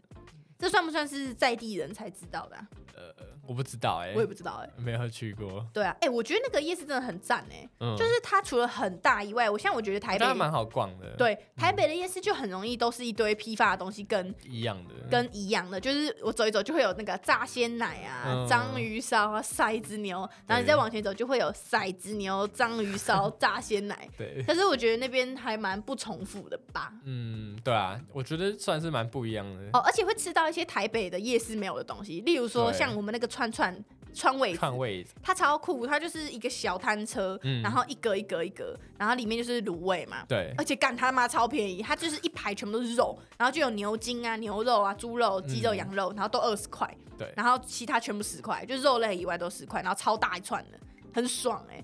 Speaker 1: 这算不算是在地人才知道的啊、
Speaker 3: 我不知道哎
Speaker 1: 我，也不知道哎、
Speaker 3: 没有去过，
Speaker 1: 对啊，哎、我觉得那个夜市真的很赞哎、
Speaker 3: 嗯，
Speaker 1: 就是它除了很大以外，我现在我觉得台
Speaker 3: 我觉得还
Speaker 1: 北
Speaker 3: 蛮好逛的，，嗯
Speaker 1: 对台北的夜市就很容易都是一堆批发的东西跟
Speaker 3: 一样的，
Speaker 1: 跟一样的，就是我走一走就会有那个炸鲜奶啊、
Speaker 3: 嗯
Speaker 1: 章鱼烧啊、骰子牛，然后你再往前走就会有骰子牛、章鱼烧、炸鲜奶。
Speaker 3: 对，
Speaker 1: 可是我觉得那边还蛮不重复的吧。
Speaker 3: 嗯，对啊，我觉得算是蛮不一样的。
Speaker 1: 哦，而且会吃到一些台北的夜市没有的东西，例如说
Speaker 3: 对
Speaker 1: 像我们那个串串川味子，
Speaker 3: 看位置，
Speaker 1: 它超酷，它就是一个小摊车，
Speaker 3: 嗯
Speaker 1: 然后一格一格一格，然后里面就是卤味嘛，
Speaker 3: 对，
Speaker 1: 而且干他妈超便宜，它就是一排全部都是肉，然后就有牛筋啊、牛肉啊、猪肉、鸡肉、
Speaker 3: 嗯
Speaker 1: 羊肉，然后都二十块，
Speaker 3: 对
Speaker 1: 然后其他全部十块，就肉类以外都十块，然后超大一串的，很爽哎、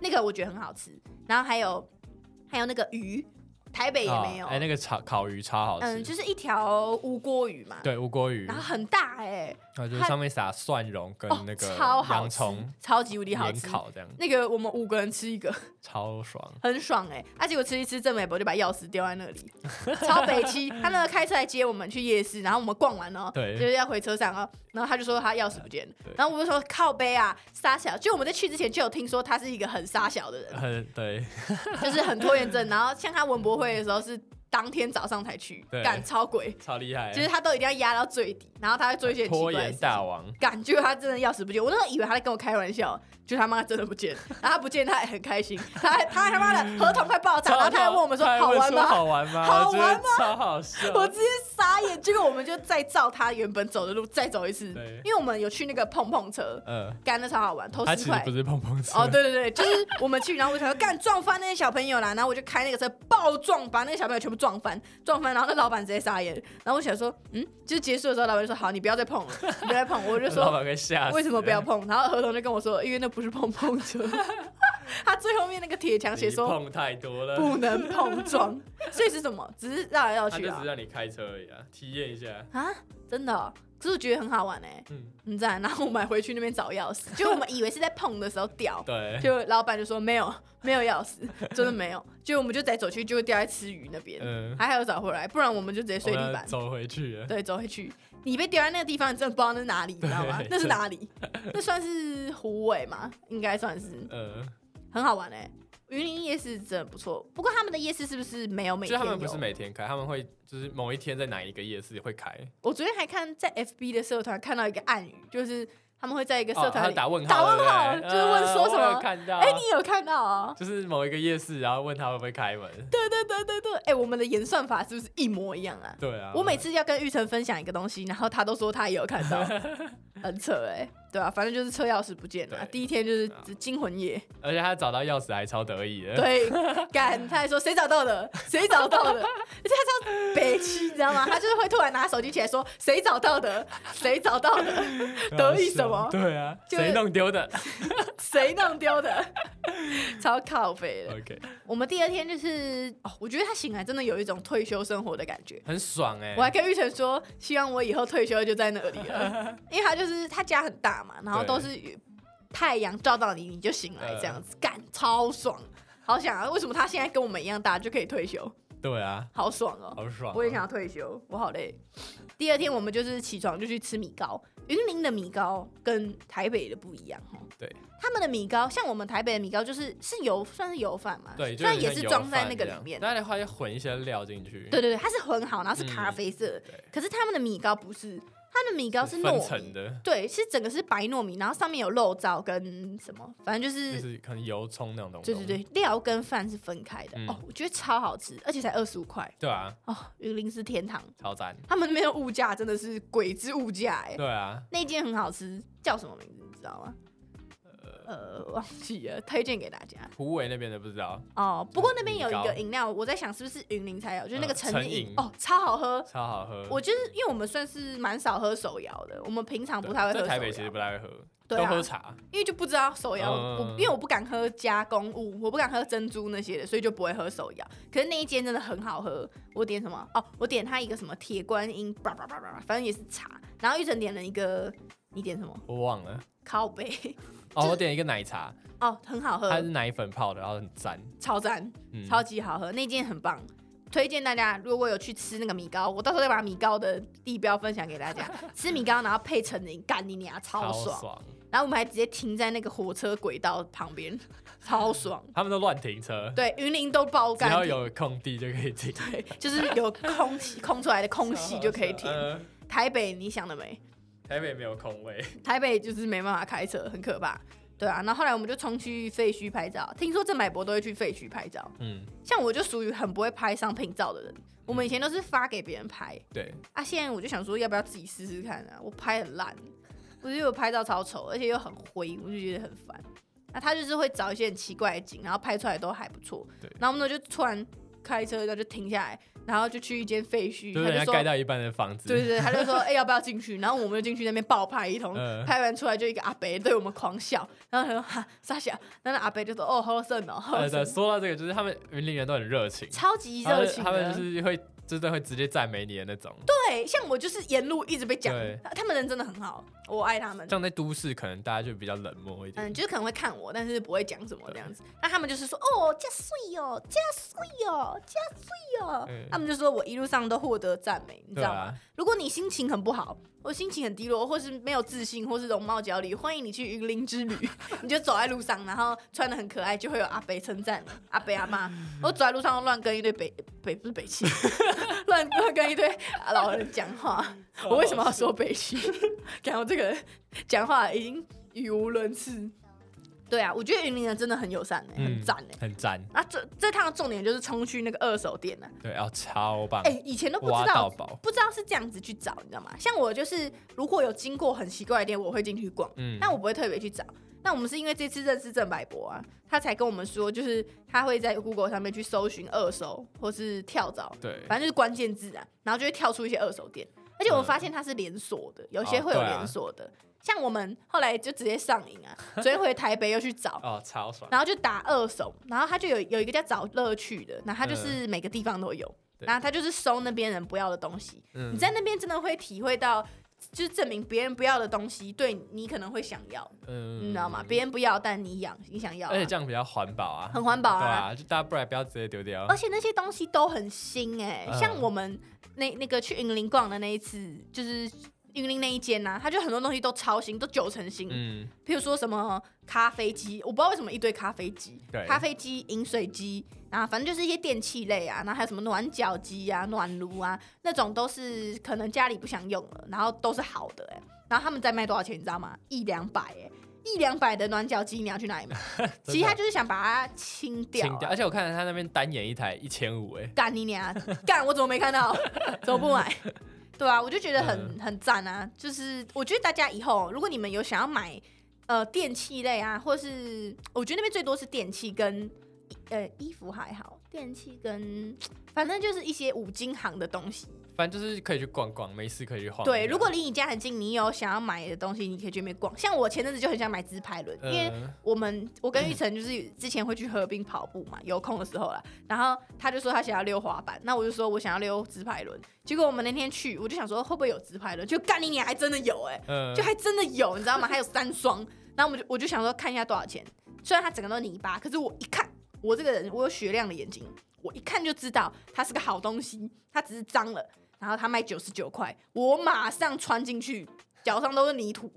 Speaker 1: 那个我觉得很好吃，然后还有还有那个鱼，台北也
Speaker 3: 啊
Speaker 1: 没有，
Speaker 3: 哎，那个炒烤鱼超好
Speaker 1: 嗯，
Speaker 3: 吃，
Speaker 1: 就是一条乌锅鱼嘛，，
Speaker 3: 对，无锅鱼，
Speaker 1: 然后很大哎、
Speaker 3: 然后就是
Speaker 1: 它
Speaker 3: 上面撒蒜蓉跟
Speaker 1: 哦
Speaker 3: 那，个
Speaker 1: 超好
Speaker 3: 洋
Speaker 1: 吃
Speaker 3: 葱，
Speaker 1: 超级无敌好
Speaker 3: 盐
Speaker 1: 吃。
Speaker 3: 烤这样，
Speaker 1: 那个我们五个人吃一个，
Speaker 3: 超爽。
Speaker 1: 很爽哎、欸！而且我吃一吃，郑美博就把钥匙丢在那 里，超北七。他那个开车来接我们去夜市，然后我们逛完哦，
Speaker 3: 对
Speaker 1: 就是要回车上哦，然后他就说他钥匙不见了
Speaker 3: 对，
Speaker 1: 然后我们就说靠背啊，沙小。就我们在去之前就有听说他是一个很沙小的 人，
Speaker 3: 很对，
Speaker 1: 就是很拖延症。然后像他文博会的时候是当天早上才去，
Speaker 3: 对
Speaker 1: 赶超鬼，
Speaker 3: 超厉害，啊
Speaker 1: 就是他都一定要压到最底，然后他会做一些很奇
Speaker 3: 拖
Speaker 1: 怪的
Speaker 3: 延
Speaker 1: 事情
Speaker 3: 大王，
Speaker 1: 感觉他真的钥匙不见，我那时候以为他在跟我开玩笑，就他妈真的不 见，然后他不见他还很开心，他还他他妈的合同快爆炸，然后他还问我们说
Speaker 3: 嗯他还
Speaker 1: 好
Speaker 3: 问
Speaker 1: 玩
Speaker 3: 说
Speaker 1: 吗？
Speaker 3: 好玩 吗？
Speaker 1: 好
Speaker 3: 我觉得
Speaker 1: 玩吗
Speaker 3: 超好笑，
Speaker 1: 我直接傻眼，结果我们就再照他原本走的路再走一次
Speaker 3: 对，
Speaker 1: 因为我们有去那个碰碰车，
Speaker 3: 呃，
Speaker 1: 干的超好玩，偷
Speaker 3: 他
Speaker 1: 十
Speaker 3: 其实
Speaker 1: 块
Speaker 3: 不。是碰碰车，
Speaker 1: 哦， 对对对，就是我们去，然后我就想说干撞翻那些小朋友啦，然后我就开那个车暴撞，把那些小朋友全部撞翻，撞翻，然后那老板直接傻眼，然后我想说，嗯，就是结束的时候，老板就说好，你不要再碰了，你不要再碰，我就说
Speaker 3: 老板给吓死，啊
Speaker 1: 为什么不要？碰？然后合同就跟我说，因为那不是碰碰车。 他最后面那个铁墙写
Speaker 3: 你
Speaker 1: 说
Speaker 3: 碰太多了，
Speaker 1: 不能碰撞，所以是什么？只是绕来绕
Speaker 3: 他
Speaker 1: 去
Speaker 3: 就只
Speaker 1: 啊
Speaker 3: 是让你开车而已啊，体验一下，
Speaker 1: 啊！真的哦、可是我觉得很好玩哎、欸，
Speaker 3: 嗯，
Speaker 1: 你知道？然后我们还回去那边找钥匙，就我们以为是在碰的时候掉，
Speaker 3: 对，
Speaker 1: 就老板就说没有，没有钥匙，真的没有。就我们就再走去，就会掉在吃鱼那边，
Speaker 3: 嗯，
Speaker 1: 还好有找回来，不然我们就直接睡
Speaker 3: 我
Speaker 1: 地
Speaker 3: 们
Speaker 1: 板。
Speaker 3: 走回去 了，
Speaker 1: 对，走回去，你被丢在那个地方，你真的不知道那是哪里，你知道吗
Speaker 3: 对？
Speaker 1: 那是哪里？那算是虎尾吗？应该算是，
Speaker 3: 呃，
Speaker 1: 很好玩哎、云林夜市真的不错，不过他们的夜市是不是没有每
Speaker 3: 就
Speaker 1: 天
Speaker 3: 他
Speaker 1: 有？
Speaker 3: 们不是每天开，他们会就是某一天在哪一个夜市会开，
Speaker 1: 我昨天还看在 FB 的社团看到一个暗语，就是他们会在一个
Speaker 3: 哦
Speaker 1: 社
Speaker 3: 他
Speaker 1: 团里、
Speaker 3: 打问号，
Speaker 1: 打问号，
Speaker 3: 对不对
Speaker 1: 就是问说什
Speaker 3: 呃我有
Speaker 1: 么？
Speaker 3: 看到，
Speaker 1: 哎、你有看到啊、
Speaker 3: 就是某一个夜市，然后问他会不会开门，
Speaker 1: 对对对对对，哎、我们的演算法是不是一模一样啊？
Speaker 3: 对啊，
Speaker 1: 我每次要跟玉成分享一个东西，然后他都说他也有看到，很扯哎、对啊，反正就是车钥匙不见了，啊
Speaker 3: 对啊
Speaker 1: 第一天就是惊魂夜，
Speaker 3: 而且他找到钥匙还超得 意的，
Speaker 1: 对，干他还说谁找到的，谁找到的， 而且他超北七，你知道吗？他就是会突然拿手机起来说谁找到的，谁找到的，
Speaker 3: 很好笑，
Speaker 1: 得意什么
Speaker 3: 对啊，
Speaker 1: 就是
Speaker 3: 谁弄丢的
Speaker 1: 谁弄丢的， 超靠北的。
Speaker 3: ？OK，
Speaker 1: 我们第二天就是哦，我觉得他醒来真的有一种退休生活的感觉。
Speaker 3: 很爽哎、
Speaker 1: 我还跟玉成说，希望我以后退休就在那里 了，因为他就是他家很大嘛，然后都是太阳照到你，你就醒来这样子，干、超爽，好想啊！为什么他现在跟我们一样大就可以退休？
Speaker 3: 对啊，
Speaker 1: 好爽哦、
Speaker 3: 好爽、
Speaker 1: 我也想要，退休，我好累。第二天我们就是起床就去吃米糕，云林的米糕跟台北的不一样哦。
Speaker 3: 对，
Speaker 1: 他们的米糕像我们台北的米糕就是是油，算是油饭嘛，
Speaker 3: 对，就
Speaker 1: 虽然
Speaker 3: 有
Speaker 1: 也
Speaker 3: 点
Speaker 1: 是
Speaker 3: 像
Speaker 1: 装
Speaker 3: 油
Speaker 1: 在
Speaker 3: 饭
Speaker 1: 那个
Speaker 3: 这
Speaker 1: 里
Speaker 3: 样
Speaker 1: 面，
Speaker 3: 但它嗯会混一些料进去，
Speaker 1: 对对对，它是混好，然后是咖啡色的，
Speaker 3: 对，
Speaker 1: 可是他们的米糕不是，他们的米糕是
Speaker 3: 分
Speaker 1: 糯
Speaker 3: 层
Speaker 1: 米，
Speaker 3: 的，
Speaker 1: 对，是整个是白糯米，然后上面有肉燥跟什么，反正就。
Speaker 3: 就是是可能油葱那种东西，
Speaker 1: 对对对，，料跟饭是分开的、
Speaker 3: 嗯
Speaker 1: 哦，我觉得超好吃，而且才二十五块
Speaker 3: 对啊，
Speaker 1: 哦。云林是天堂，
Speaker 3: 超赞，
Speaker 1: 他们那边的物价真的是鬼之物价哎、
Speaker 3: 对啊，
Speaker 1: 那间很好吃，叫什么名字你知道吗？呃，忘记了，推荐给大家
Speaker 3: 胡伟那边的不知道，
Speaker 1: 哦。不过那边有一
Speaker 3: 米
Speaker 1: 个
Speaker 3: 糕
Speaker 1: 饮料，我在想是不是云林才有，就是那个
Speaker 3: 嗯
Speaker 1: 陈
Speaker 3: 陈
Speaker 1: 饮、
Speaker 3: 饮
Speaker 1: 哦，超好喝。
Speaker 3: 超好喝，
Speaker 1: 我就是因为我们算是蛮少喝手摇的，我们平常
Speaker 3: 对
Speaker 1: 不太会喝
Speaker 3: 在
Speaker 1: 手
Speaker 3: 台北其实
Speaker 1: 摇
Speaker 3: 不，太会喝，
Speaker 1: 对
Speaker 3: 都
Speaker 1: 啊
Speaker 3: 喝茶，
Speaker 1: 因为就不知道手摇，
Speaker 3: 嗯
Speaker 1: 我因为我不敢喝加工物，我不敢喝珍珠那些的，所以就不会喝手摇。可是那一间真的很好喝，我点什么？哦，我点它一个什么铁观音，叭叭叭叭叭，反正也是茶。然后玉成点了一个，你点什么？
Speaker 3: 我忘了，
Speaker 1: 靠背
Speaker 3: 哦，我点一个奶茶，
Speaker 1: 哦，很好
Speaker 3: 它
Speaker 1: 喝
Speaker 3: 是，奶粉泡的，然后很赞，
Speaker 1: 超赞，
Speaker 3: 嗯，
Speaker 1: 超级好喝，那间很棒。推荐大家，如果有去吃那个米糕，我到时候再把米糕的地标分享给大 家。吃米糕，然后配橙饮，干你娘，超
Speaker 3: 超
Speaker 1: 爽！然后我们还直接停在那个火车轨道旁边，超爽。
Speaker 3: 他们都乱停车，
Speaker 1: 对，云林都爆
Speaker 3: 只要
Speaker 1: 干，
Speaker 3: 有空地就可以停，
Speaker 1: 对，就是有空气空出来的空隙就可以停。
Speaker 3: 呃
Speaker 1: 台北你想的美，
Speaker 3: 台北没有空位，
Speaker 1: 台北就是没办法开车，很可怕。对啊，然后后来我们就冲去废墟拍照，听说郑柏博都会去废墟拍照。
Speaker 3: 嗯，
Speaker 1: 像我就属于很不会拍商品照的人，我们以前都是发给别人拍
Speaker 3: 对，
Speaker 1: 啊，现在我就想说要不要自己试试看啊？我拍很烂，我觉得我拍照超丑，而且又很灰，我就觉得很烦。那、他就是会找一些很奇怪的景，然后拍出来都还不错
Speaker 3: 对。
Speaker 1: 然后我们就突然开车，然后就停下来，然后就去一间废墟，
Speaker 3: 就是
Speaker 1: 他
Speaker 3: 人
Speaker 1: 就
Speaker 3: 家盖
Speaker 1: 说。
Speaker 3: 到一半的房子，呃
Speaker 1: 对对对，他就说：“哎、要不要进去？”然后我们就进去那边爆拍一通，
Speaker 3: 嗯
Speaker 1: 拍完出来就一个阿伯对我们狂笑，然后他说：“哈，傻笑。”然后那阿伯就说：“哦，好神哦，好
Speaker 3: 呃，
Speaker 1: 神
Speaker 3: 对，，说到这个，就是他们云林人都很热情，
Speaker 1: 超级
Speaker 3: 他
Speaker 1: 热
Speaker 3: 们
Speaker 1: 情的。
Speaker 3: 他们就是会真的会直接赞美你的那种。
Speaker 1: 对，像我就是沿路一直被讲
Speaker 3: 对，
Speaker 1: 他们人真的很好，我爱他们。
Speaker 3: 像在都市，可能大家就比较冷漠一点
Speaker 1: 嗯，。就是可能会看我，但是不会讲什么这样子。那他们就是说，哦，加碎哦，加碎哦，加碎哦。
Speaker 3: 嗯
Speaker 1: 他们就说我一路上都获得赞美，你知
Speaker 3: 对
Speaker 1: 道吗？
Speaker 3: 啊，
Speaker 1: 如果你心情很不好，或心情很低落，或是没有自信，或是容貌焦虑，欢迎你去云林之旅。 你就走在路上，然后穿的很可爱，就会有阿北称赞你，阿北阿妈。我走在路上乱跟一堆北北不是北汽， 乱乱跟一堆老人讲 话。我为什么要说北 汽？感觉我这个人讲话已经语无伦次。对啊，我觉得云林人真的很友善、欸，
Speaker 3: 嗯
Speaker 1: 很赞哎、欸。
Speaker 3: 很赞，
Speaker 1: 那、这这趟的重点就是冲去那个二手店呢、
Speaker 3: 对，哦，超棒
Speaker 1: 哎、，以前都不知
Speaker 3: 挖
Speaker 1: 道
Speaker 3: 到宝，
Speaker 1: 不知道是这样子去找，你知道吗？像我就是如果有经过很奇怪的店，我会进去逛，
Speaker 3: 嗯，
Speaker 1: 但我不会特别去找。那我们是因为这次认识郑柏博啊，他才跟我们说，就是他会在 Google 上面去搜寻二手或是跳蚤，
Speaker 3: 对，
Speaker 1: 反正就是关键字啊，然后就会跳出一些二手店。而且我发现它是连锁的，有些会有
Speaker 3: 哦对啊
Speaker 1: 连锁的，像我们后来就直接上瘾 啊，昨天回台北又去找，
Speaker 3: 哦，超爽，
Speaker 1: 然后就打二手，然后他就有有一个叫找乐趣的，那他就是每个地方都有，
Speaker 3: 嗯对
Speaker 1: 然后他就是收那边人不要的东西。
Speaker 3: 嗯
Speaker 1: 你在那边真的会体会到，就是证明别人不要的东西，对你可能会想要，
Speaker 3: 嗯
Speaker 1: 你知道吗？别人不要，但你想你想要啊、
Speaker 3: 而且这样比较环保啊，
Speaker 1: 很环保
Speaker 3: 对
Speaker 1: 啊。
Speaker 3: 啊，就大家不然不要直接丢掉
Speaker 1: 而，且那些东西都很新哎、
Speaker 3: 嗯
Speaker 1: 像我们那那个去云林逛的那一次，就是云林那一间呐、啊，它就很多东西都超新，都九成新。
Speaker 3: 嗯，
Speaker 1: 譬如说什么咖啡机，我不知道为什么一堆咖啡机
Speaker 3: 对，
Speaker 1: 咖啡机、饮水机，然后反正就是一些电器类啊，然后还有什么暖脚机啊、暖炉啊，那种都是可能家里不想用了，然后都是好的、欸，然后他们在卖多少钱，你知道吗？一两百、欸，一两百的暖脚机你要去 哪里买？其实他就是想把它清掉、啊
Speaker 3: 清掉，而且我看他那边单眼一台一千五，哎，
Speaker 1: 啊 干你娘！干我怎么没看到？怎么不买？对啊，我就觉得很、
Speaker 3: 嗯
Speaker 1: 很赞啊！就是我觉得大家以后，如果你们有想要买呃电器类啊，或是我觉得那边最多是电器跟呃衣服还好，电器跟反正就是一些五金行的东西。
Speaker 3: 反正就是可以去逛逛，没事可以去晃一下。
Speaker 1: 对，如果离你家很近，你有想要买的东西，你可以去那边逛。像我前阵子就很想买自拍轮，因为
Speaker 3: 嗯
Speaker 1: 我们我跟玉成就是之前会去河滨跑步嘛，有空的时候啦。然后他就说他想要溜滑板，那我就说我想要溜直排轮。结果我们那天去，我就想说会不会有直排轮，就干你娘，还真的有哎、
Speaker 3: 嗯
Speaker 1: 就还真的有，你知道吗？还 有三双。然后我们就我就想说看一下多少钱，虽然它整个都泥巴，可是我一看，我这个人我有雪亮的眼睛，我一看就知道它是个好东西，它只是脏了。然后它卖九十九块，我马上穿进去，脚上都是泥土，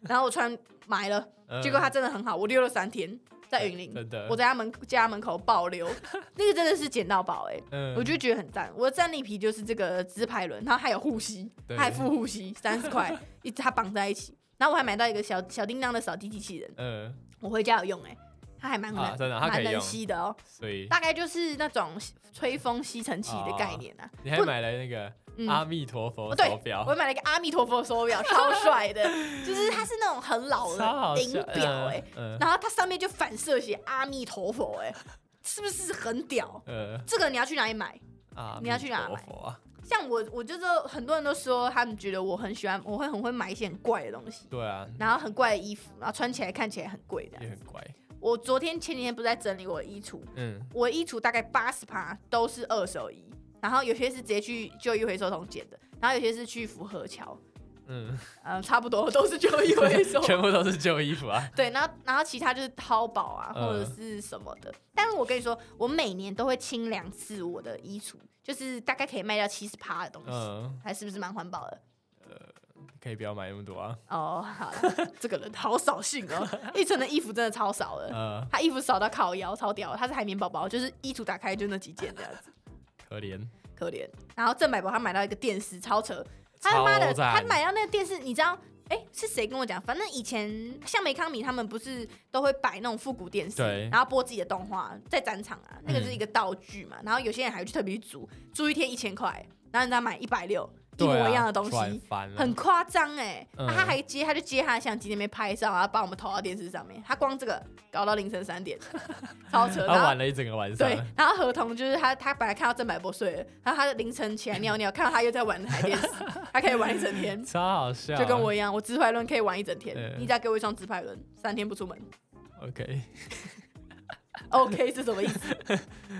Speaker 1: 然后我穿买了。结果它真的很好，我溜了三天，在云林，
Speaker 3: 嗯哎真的
Speaker 1: 我在他门家门口爆溜， 那个真的是捡到宝哎、
Speaker 3: 嗯
Speaker 1: 我就觉得很赞。我的战利品就是这个直排轮，然后还有护膝，
Speaker 3: 对
Speaker 1: 还附护膝，三十 块，一它绑在一起。然后我还买到一个小小叮当的扫地机器人，
Speaker 3: 嗯，
Speaker 1: 我回家有用哎、它还蛮能、
Speaker 3: 啊真的它可
Speaker 1: 蛮
Speaker 3: 以
Speaker 1: 能
Speaker 3: 用哎
Speaker 1: 吸的哦，
Speaker 3: 所以
Speaker 1: 大概就是那种吹风吸尘器的概念啊。
Speaker 3: 哦你还买了那个
Speaker 1: 嗯
Speaker 3: 阿弥陀佛
Speaker 1: 哦，对
Speaker 3: 手，表
Speaker 1: 我，买了一个阿弥陀佛手表，超帅的，就是它是那种很老
Speaker 3: 超好
Speaker 1: 的
Speaker 3: 笑
Speaker 1: 银表哎、，
Speaker 3: 嗯
Speaker 1: 然后它上面就反射写阿弥陀佛、哎，是不是很屌？
Speaker 3: 嗯
Speaker 1: 这个你要去哪里买？
Speaker 3: 啊，
Speaker 1: 你要去哪
Speaker 3: 阿弥
Speaker 1: 买
Speaker 3: 陀佛啊？
Speaker 1: 像我，我就是很多人都说他们觉得我很喜欢，我会很会买一些很怪的东西，
Speaker 3: 对啊，
Speaker 1: 然后很怪的衣服，然后穿起来看起来很贵的
Speaker 3: 也。很乖，
Speaker 1: 我昨天前几天不是在整理我的衣橱，
Speaker 3: 嗯
Speaker 1: 我衣橱大概八十趴都是二手衣，然后有些是直接去旧衣回收桶捡的，然后有些是去福和桥，
Speaker 3: 嗯，。
Speaker 1: 嗯，差不多都是旧衣回收
Speaker 3: 全部都是旧衣服啊，
Speaker 1: 对，然后然后其他就是淘宝啊
Speaker 3: 嗯
Speaker 1: 或者是什么的。但是我跟你说，我每年都会清两次我的衣橱，就是大概可以卖掉七十趴的东西，
Speaker 3: 嗯，
Speaker 1: 还是不是蛮环保的？
Speaker 3: 可以不要买那么多啊，
Speaker 1: 哦，好 啦，这个人好扫兴哦，一层的衣服真的超少的。
Speaker 3: 嗯，
Speaker 1: 他衣服少到靠腰，超屌的！他是海绵宝宝，就是衣橱打开就那几件这样子，
Speaker 3: 可怜，
Speaker 1: 可怜。然后郑百宝他买到一个电视，超扯，他他妈的，
Speaker 3: 超赞
Speaker 1: 他买到那个电视，你知道？哎、是谁跟我讲？反正以前像梅康米他们不是都会摆那种复古电视
Speaker 3: 对，嗯
Speaker 1: 然后播自己的动画，在展场啊，那个是一个道具嘛。然后有些人还会去特别去租，租一天一千块，然后你知道买一百六，一模一样的东西，
Speaker 3: 很烦啊了，
Speaker 1: 很夸张哎！
Speaker 3: 嗯
Speaker 1: 啊他还接，他就接他的相机那边拍照，然后把我们投到电视上面。他光这个搞到凌晨三 点，超扯。
Speaker 3: 他
Speaker 1: 然
Speaker 3: 玩
Speaker 1: 后
Speaker 3: 了一整个晚上，
Speaker 1: 对，然后合同就是他，他本来看到郑百博睡了，然后他凌晨起来尿尿，看到他又在玩 台电视，他可以玩一整天，
Speaker 3: 超好笑，
Speaker 1: 就跟我一样，我直排轮可以玩一整天
Speaker 3: 啊对。
Speaker 1: 你再给我一双直排轮，三天不出门
Speaker 3: OK，
Speaker 1: ，OK 是什么意思？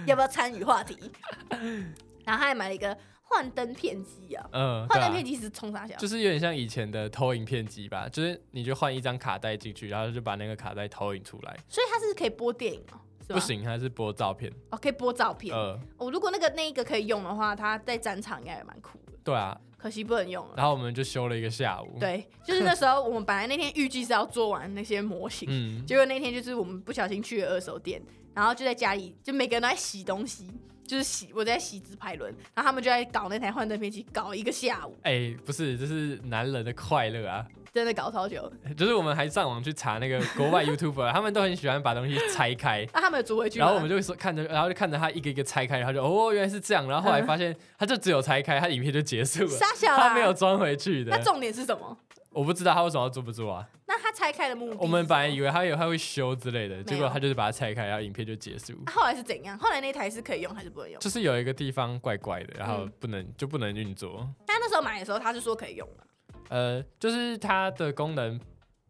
Speaker 1: 要不要参与话题？然后他还买了一个幻灯片机啊，
Speaker 3: 嗯，
Speaker 1: 幻
Speaker 3: 对啊
Speaker 1: 灯片机是冲啥小？
Speaker 3: 就是有点像以前的投影片机吧，就是你就换一张卡带进去，然后就把那个卡带投影出来。
Speaker 1: 所以它是可以播电影哦，是吧
Speaker 3: 不行，它是播照片。
Speaker 1: 哦，可以播照片。
Speaker 3: 呃，
Speaker 1: 我、如果那个那一个可以用的话，它在展场应该也蛮酷的，
Speaker 3: 对啊，
Speaker 1: 可惜不能用了。
Speaker 3: 然后我们就休了一个下午。，
Speaker 1: 对，就是那时候我们本来那天预计是要做完那些模型，
Speaker 3: 嗯，
Speaker 1: 结果那天就是我们不小心去了二手店，然后就在家里就每个人都在洗东西，就是洗我在洗直排轮，然后他们就在搞那台幻灯片机，搞一个下午，
Speaker 3: 哎、不是，这是男人的快乐啊！
Speaker 1: 真的搞超久。
Speaker 3: 就是我们还上网去查那个 国外 YouTuber，他们都很喜欢把东西拆开。
Speaker 1: 那、他们有租回去吗？
Speaker 3: 然后我们就会说看着，然后就看着他一个一个拆开，然后就哦，原来是这样。然后后来发现他就只有拆开，他影片就结束了，
Speaker 1: 傻嗯小啦
Speaker 3: 他没有装回去
Speaker 1: 那
Speaker 3: 的。
Speaker 1: 重点是什么？
Speaker 3: 我不知道他为什么要做不做啊？
Speaker 1: 那他拆开的目的是什么？
Speaker 3: 我们本来以为他有他会修之类的，
Speaker 1: 有
Speaker 3: 结果他就是把它拆开，然后影片就结束。
Speaker 1: 啊后来是怎样？后来那台是可以用还是不能用？
Speaker 3: 就是有一个地方怪怪的，然后
Speaker 1: 嗯
Speaker 3: 不能、就不能运作。
Speaker 1: 但那时候买的时候，他是说可以用的。
Speaker 3: 呃，就是它的功能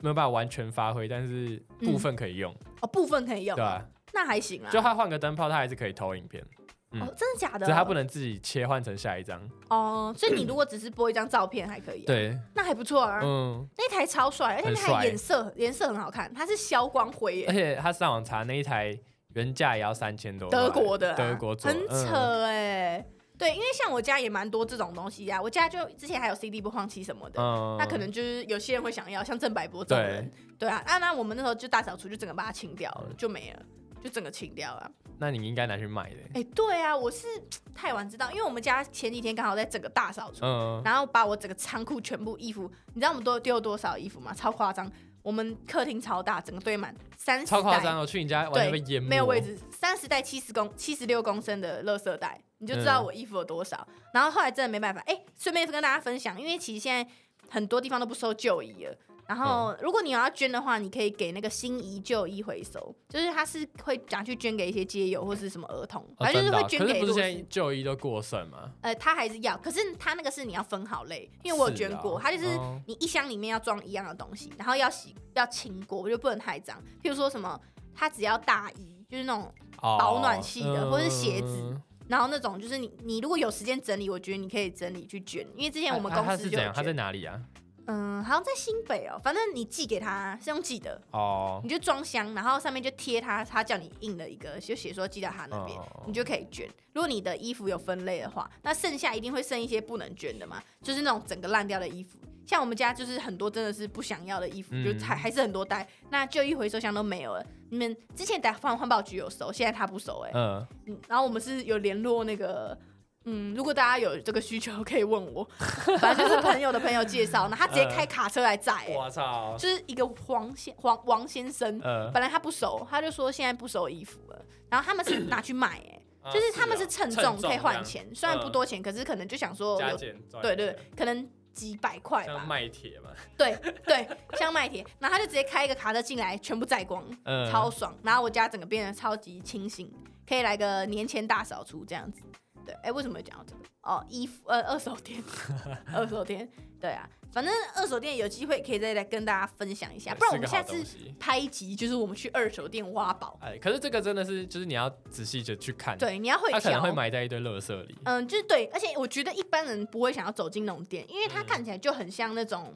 Speaker 3: 没有办法完全发挥，但是部分可以用，
Speaker 1: 哦，部分可以用
Speaker 3: 对，吧、
Speaker 1: 那还嗯行啊。
Speaker 3: 就它换个灯泡，它还是可以投影片，嗯
Speaker 1: 哦，真的假的？
Speaker 3: 只是它不能自己切换成下一张。
Speaker 1: 哦，所以你如果只是播一张照片还可以、，啊
Speaker 3: 对，
Speaker 1: 那还不错啊。
Speaker 3: 嗯，
Speaker 1: 那台超帅，而且那
Speaker 3: 很帅哎
Speaker 1: 台颜色颜色很好看，它是消光灰耶
Speaker 3: 而，且他上网查那一台原价也要三千多块，
Speaker 1: 德国的啊、
Speaker 3: 哎德国做的，
Speaker 1: 很
Speaker 3: 嗯
Speaker 1: 扯哎、对，因为像我家也蛮多这种东西啊，我家就之前还有 CD 播放器什么的。
Speaker 3: 嗯
Speaker 1: 那可能就是有些人会想要，像郑百博这种人，对啊，那、那我们那时候就大扫除，就整个把它清掉了，
Speaker 3: 嗯
Speaker 1: 就没了，就整个清掉了。
Speaker 3: 那你应该拿去买的，
Speaker 1: 哎、对啊，我是太晚知道，因为我们家前几天刚好在整个大扫除，
Speaker 3: 嗯，
Speaker 1: 然后把我整个仓库全部衣服，你知道我们都丢多少衣服吗？超夸张！我们客厅超大，整个堆满三十
Speaker 3: 超夸张
Speaker 1: 袋，
Speaker 3: 哦！去你家完全
Speaker 1: 对
Speaker 3: 被淹没，
Speaker 1: 没有位置，三十袋七十公七十六公升的垃圾袋，你
Speaker 3: 嗯
Speaker 1: 就知道我衣服有多少。然后后来真的没办法，哎、顺便跟大家分享，因为其实现在很多地方都不收旧衣了。然
Speaker 3: 嗯
Speaker 1: 后，如果你有要捐的话，你可以给那个新遗旧衣回收，就是他是会拿去捐给一些街友或是什么儿童，
Speaker 3: 哦
Speaker 1: 反正就
Speaker 3: 真
Speaker 1: 是
Speaker 3: 的
Speaker 1: 会
Speaker 3: 啊
Speaker 1: 捐
Speaker 3: 可
Speaker 1: 给
Speaker 3: 是不
Speaker 1: 弱
Speaker 3: 是
Speaker 1: 势
Speaker 3: 现在旧衣都过剩吗？
Speaker 1: 呃，他还是要，可是他那个是你要分好类，因为我有
Speaker 3: 是
Speaker 1: 捐
Speaker 3: 啊
Speaker 1: 过，他就是
Speaker 3: 哦
Speaker 1: 你一箱里面要装一样的东西，然后要洗要清过，就不能太脏。譬如说什么，他只要大衣，就是那种，
Speaker 3: 哦
Speaker 1: 保暖系的或是鞋子
Speaker 3: 嗯
Speaker 1: 然后那种就是你你如果有时间整理，我觉得你可以整理去捐，因为之前我们
Speaker 3: 啊啊
Speaker 1: 公
Speaker 3: 它
Speaker 1: 司
Speaker 3: 是
Speaker 1: 就
Speaker 3: 怎
Speaker 1: 有
Speaker 3: 样？它在
Speaker 1: 捐，
Speaker 3: 哪里啊？
Speaker 1: 嗯，好像在新北哦，反正你寄给他是用寄的，
Speaker 3: 哦
Speaker 1: 你，就装箱，然后上面就贴他，他叫你印了一个，就写说寄到他那边
Speaker 3: 哦哦哦，
Speaker 1: 你就可以捐。如果你的衣服有分类的话，那剩下一定会剩一些不能捐的嘛，就是那种整个烂掉的衣服。像我们家就是很多真的是不想要的衣服，
Speaker 3: 嗯
Speaker 1: 就还还是很多袋，那旧衣回收箱都没有了。你们之前打环环保局有收，现在他不收哎、
Speaker 3: 嗯，
Speaker 1: 嗯然后我们是有联络那个。嗯，如果大家有这个需求，可以问我。 反正就是朋友的朋友介绍，那他直
Speaker 3: 呃
Speaker 1: 接开卡车来载、欸，
Speaker 3: 我操，
Speaker 1: 就是一个黄先黄王先生，
Speaker 3: 呃，
Speaker 1: 本来他不熟，他就说现在不收衣服了，然后他们是拿去卖、欸，
Speaker 3: 啊
Speaker 1: 就是他们是
Speaker 3: 啊
Speaker 1: 称
Speaker 3: 重
Speaker 1: 可以换
Speaker 3: 量
Speaker 1: 钱，虽然不多钱，可是可能就想说
Speaker 3: 加
Speaker 1: 有，
Speaker 3: 减，
Speaker 1: 对对，对，可能几百块
Speaker 3: 像
Speaker 1: 吧，
Speaker 3: 卖铁嘛，
Speaker 1: 对对，像麦田，然后他就直接开一个卡车进来，全部载光，
Speaker 3: 嗯
Speaker 1: 超爽，然后我家整个变得超级清新，可以来个年前大扫除这样子。对，哎、为什么会讲到这个？哦，衣服，呃，二手店， 二手店，对啊，反正二手店有机会可以再来跟大家分享一下，
Speaker 3: 对
Speaker 1: 不然我
Speaker 3: 是个
Speaker 1: 们下
Speaker 3: 好东
Speaker 1: 次
Speaker 3: 西
Speaker 1: 拍一集，就是我们去二手店挖宝。
Speaker 3: 哎，可是这个真的是，就是你要仔细的去看，，
Speaker 1: 对，你要会
Speaker 3: 他可能
Speaker 1: 挑
Speaker 3: 会，埋在一堆垃圾里，
Speaker 1: 嗯，就是对，而且我觉得一般人不会想要走进那种店，因为
Speaker 3: 嗯
Speaker 1: 它看起来就很像那种。